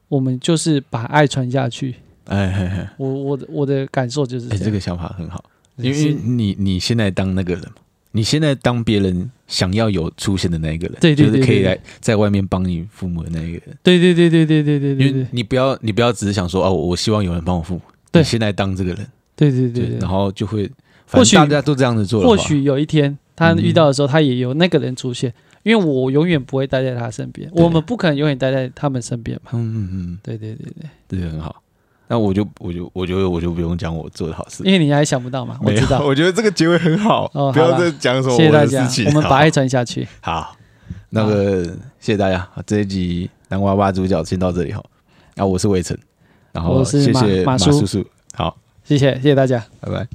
Speaker 1: 我们就是把爱传下去。
Speaker 2: 哎嘿嘿，
Speaker 1: 我我的我的感受就是
Speaker 2: 哎，
Speaker 1: 样
Speaker 2: 这个想法很好，因
Speaker 1: 是
Speaker 2: 为你你现在当那个人嘛，你现在当别人想要有出现的那一个人，
Speaker 1: 对对
Speaker 2: 就是
Speaker 1: 对
Speaker 2: 可以
Speaker 1: 对
Speaker 2: 来在外面帮你父母的那一个人，
Speaker 1: 对对对对对对对对
Speaker 2: 因为你不要你不要只是想说哦，我希望有人帮我父母，
Speaker 1: 对
Speaker 2: 你现在当这个人，
Speaker 1: 对对对
Speaker 2: 对，
Speaker 1: 对
Speaker 2: 然。后就会，
Speaker 1: 或
Speaker 2: 反
Speaker 1: 许
Speaker 2: 正大家都这样子做的话，
Speaker 1: 或许有一天他遇到的时候，他也有那个人出现，因为我永远不会待在他身边，
Speaker 2: 嗯对
Speaker 1: 我们不可能永远待在他们身边嘛。
Speaker 2: 嗯嗯嗯，
Speaker 1: 对对对对，
Speaker 2: 这个很好。那我就我就我就我就不用讲我做的好事，
Speaker 1: 因为你还想不到嘛，我
Speaker 2: 没有
Speaker 1: 知道。
Speaker 2: 我觉得这个结尾很好，
Speaker 1: 哦
Speaker 2: 不
Speaker 1: 好
Speaker 2: 要
Speaker 1: 啦
Speaker 2: 再讲什么
Speaker 1: 谢谢
Speaker 2: 我
Speaker 1: 大
Speaker 2: 的
Speaker 1: 家
Speaker 2: 事， 情。
Speaker 1: 我们把
Speaker 2: 好
Speaker 1: 爱传下去。
Speaker 2: 好，那个谢谢大家，好这一集南瓜吧主角先到这里哈。啊，我是魏晨，然后
Speaker 1: 我是
Speaker 2: 谢
Speaker 1: 马
Speaker 2: 谢
Speaker 1: 马
Speaker 2: 马
Speaker 1: 叔
Speaker 2: 叔叔，好，
Speaker 1: 谢谢，谢谢大家。
Speaker 2: 拜拜。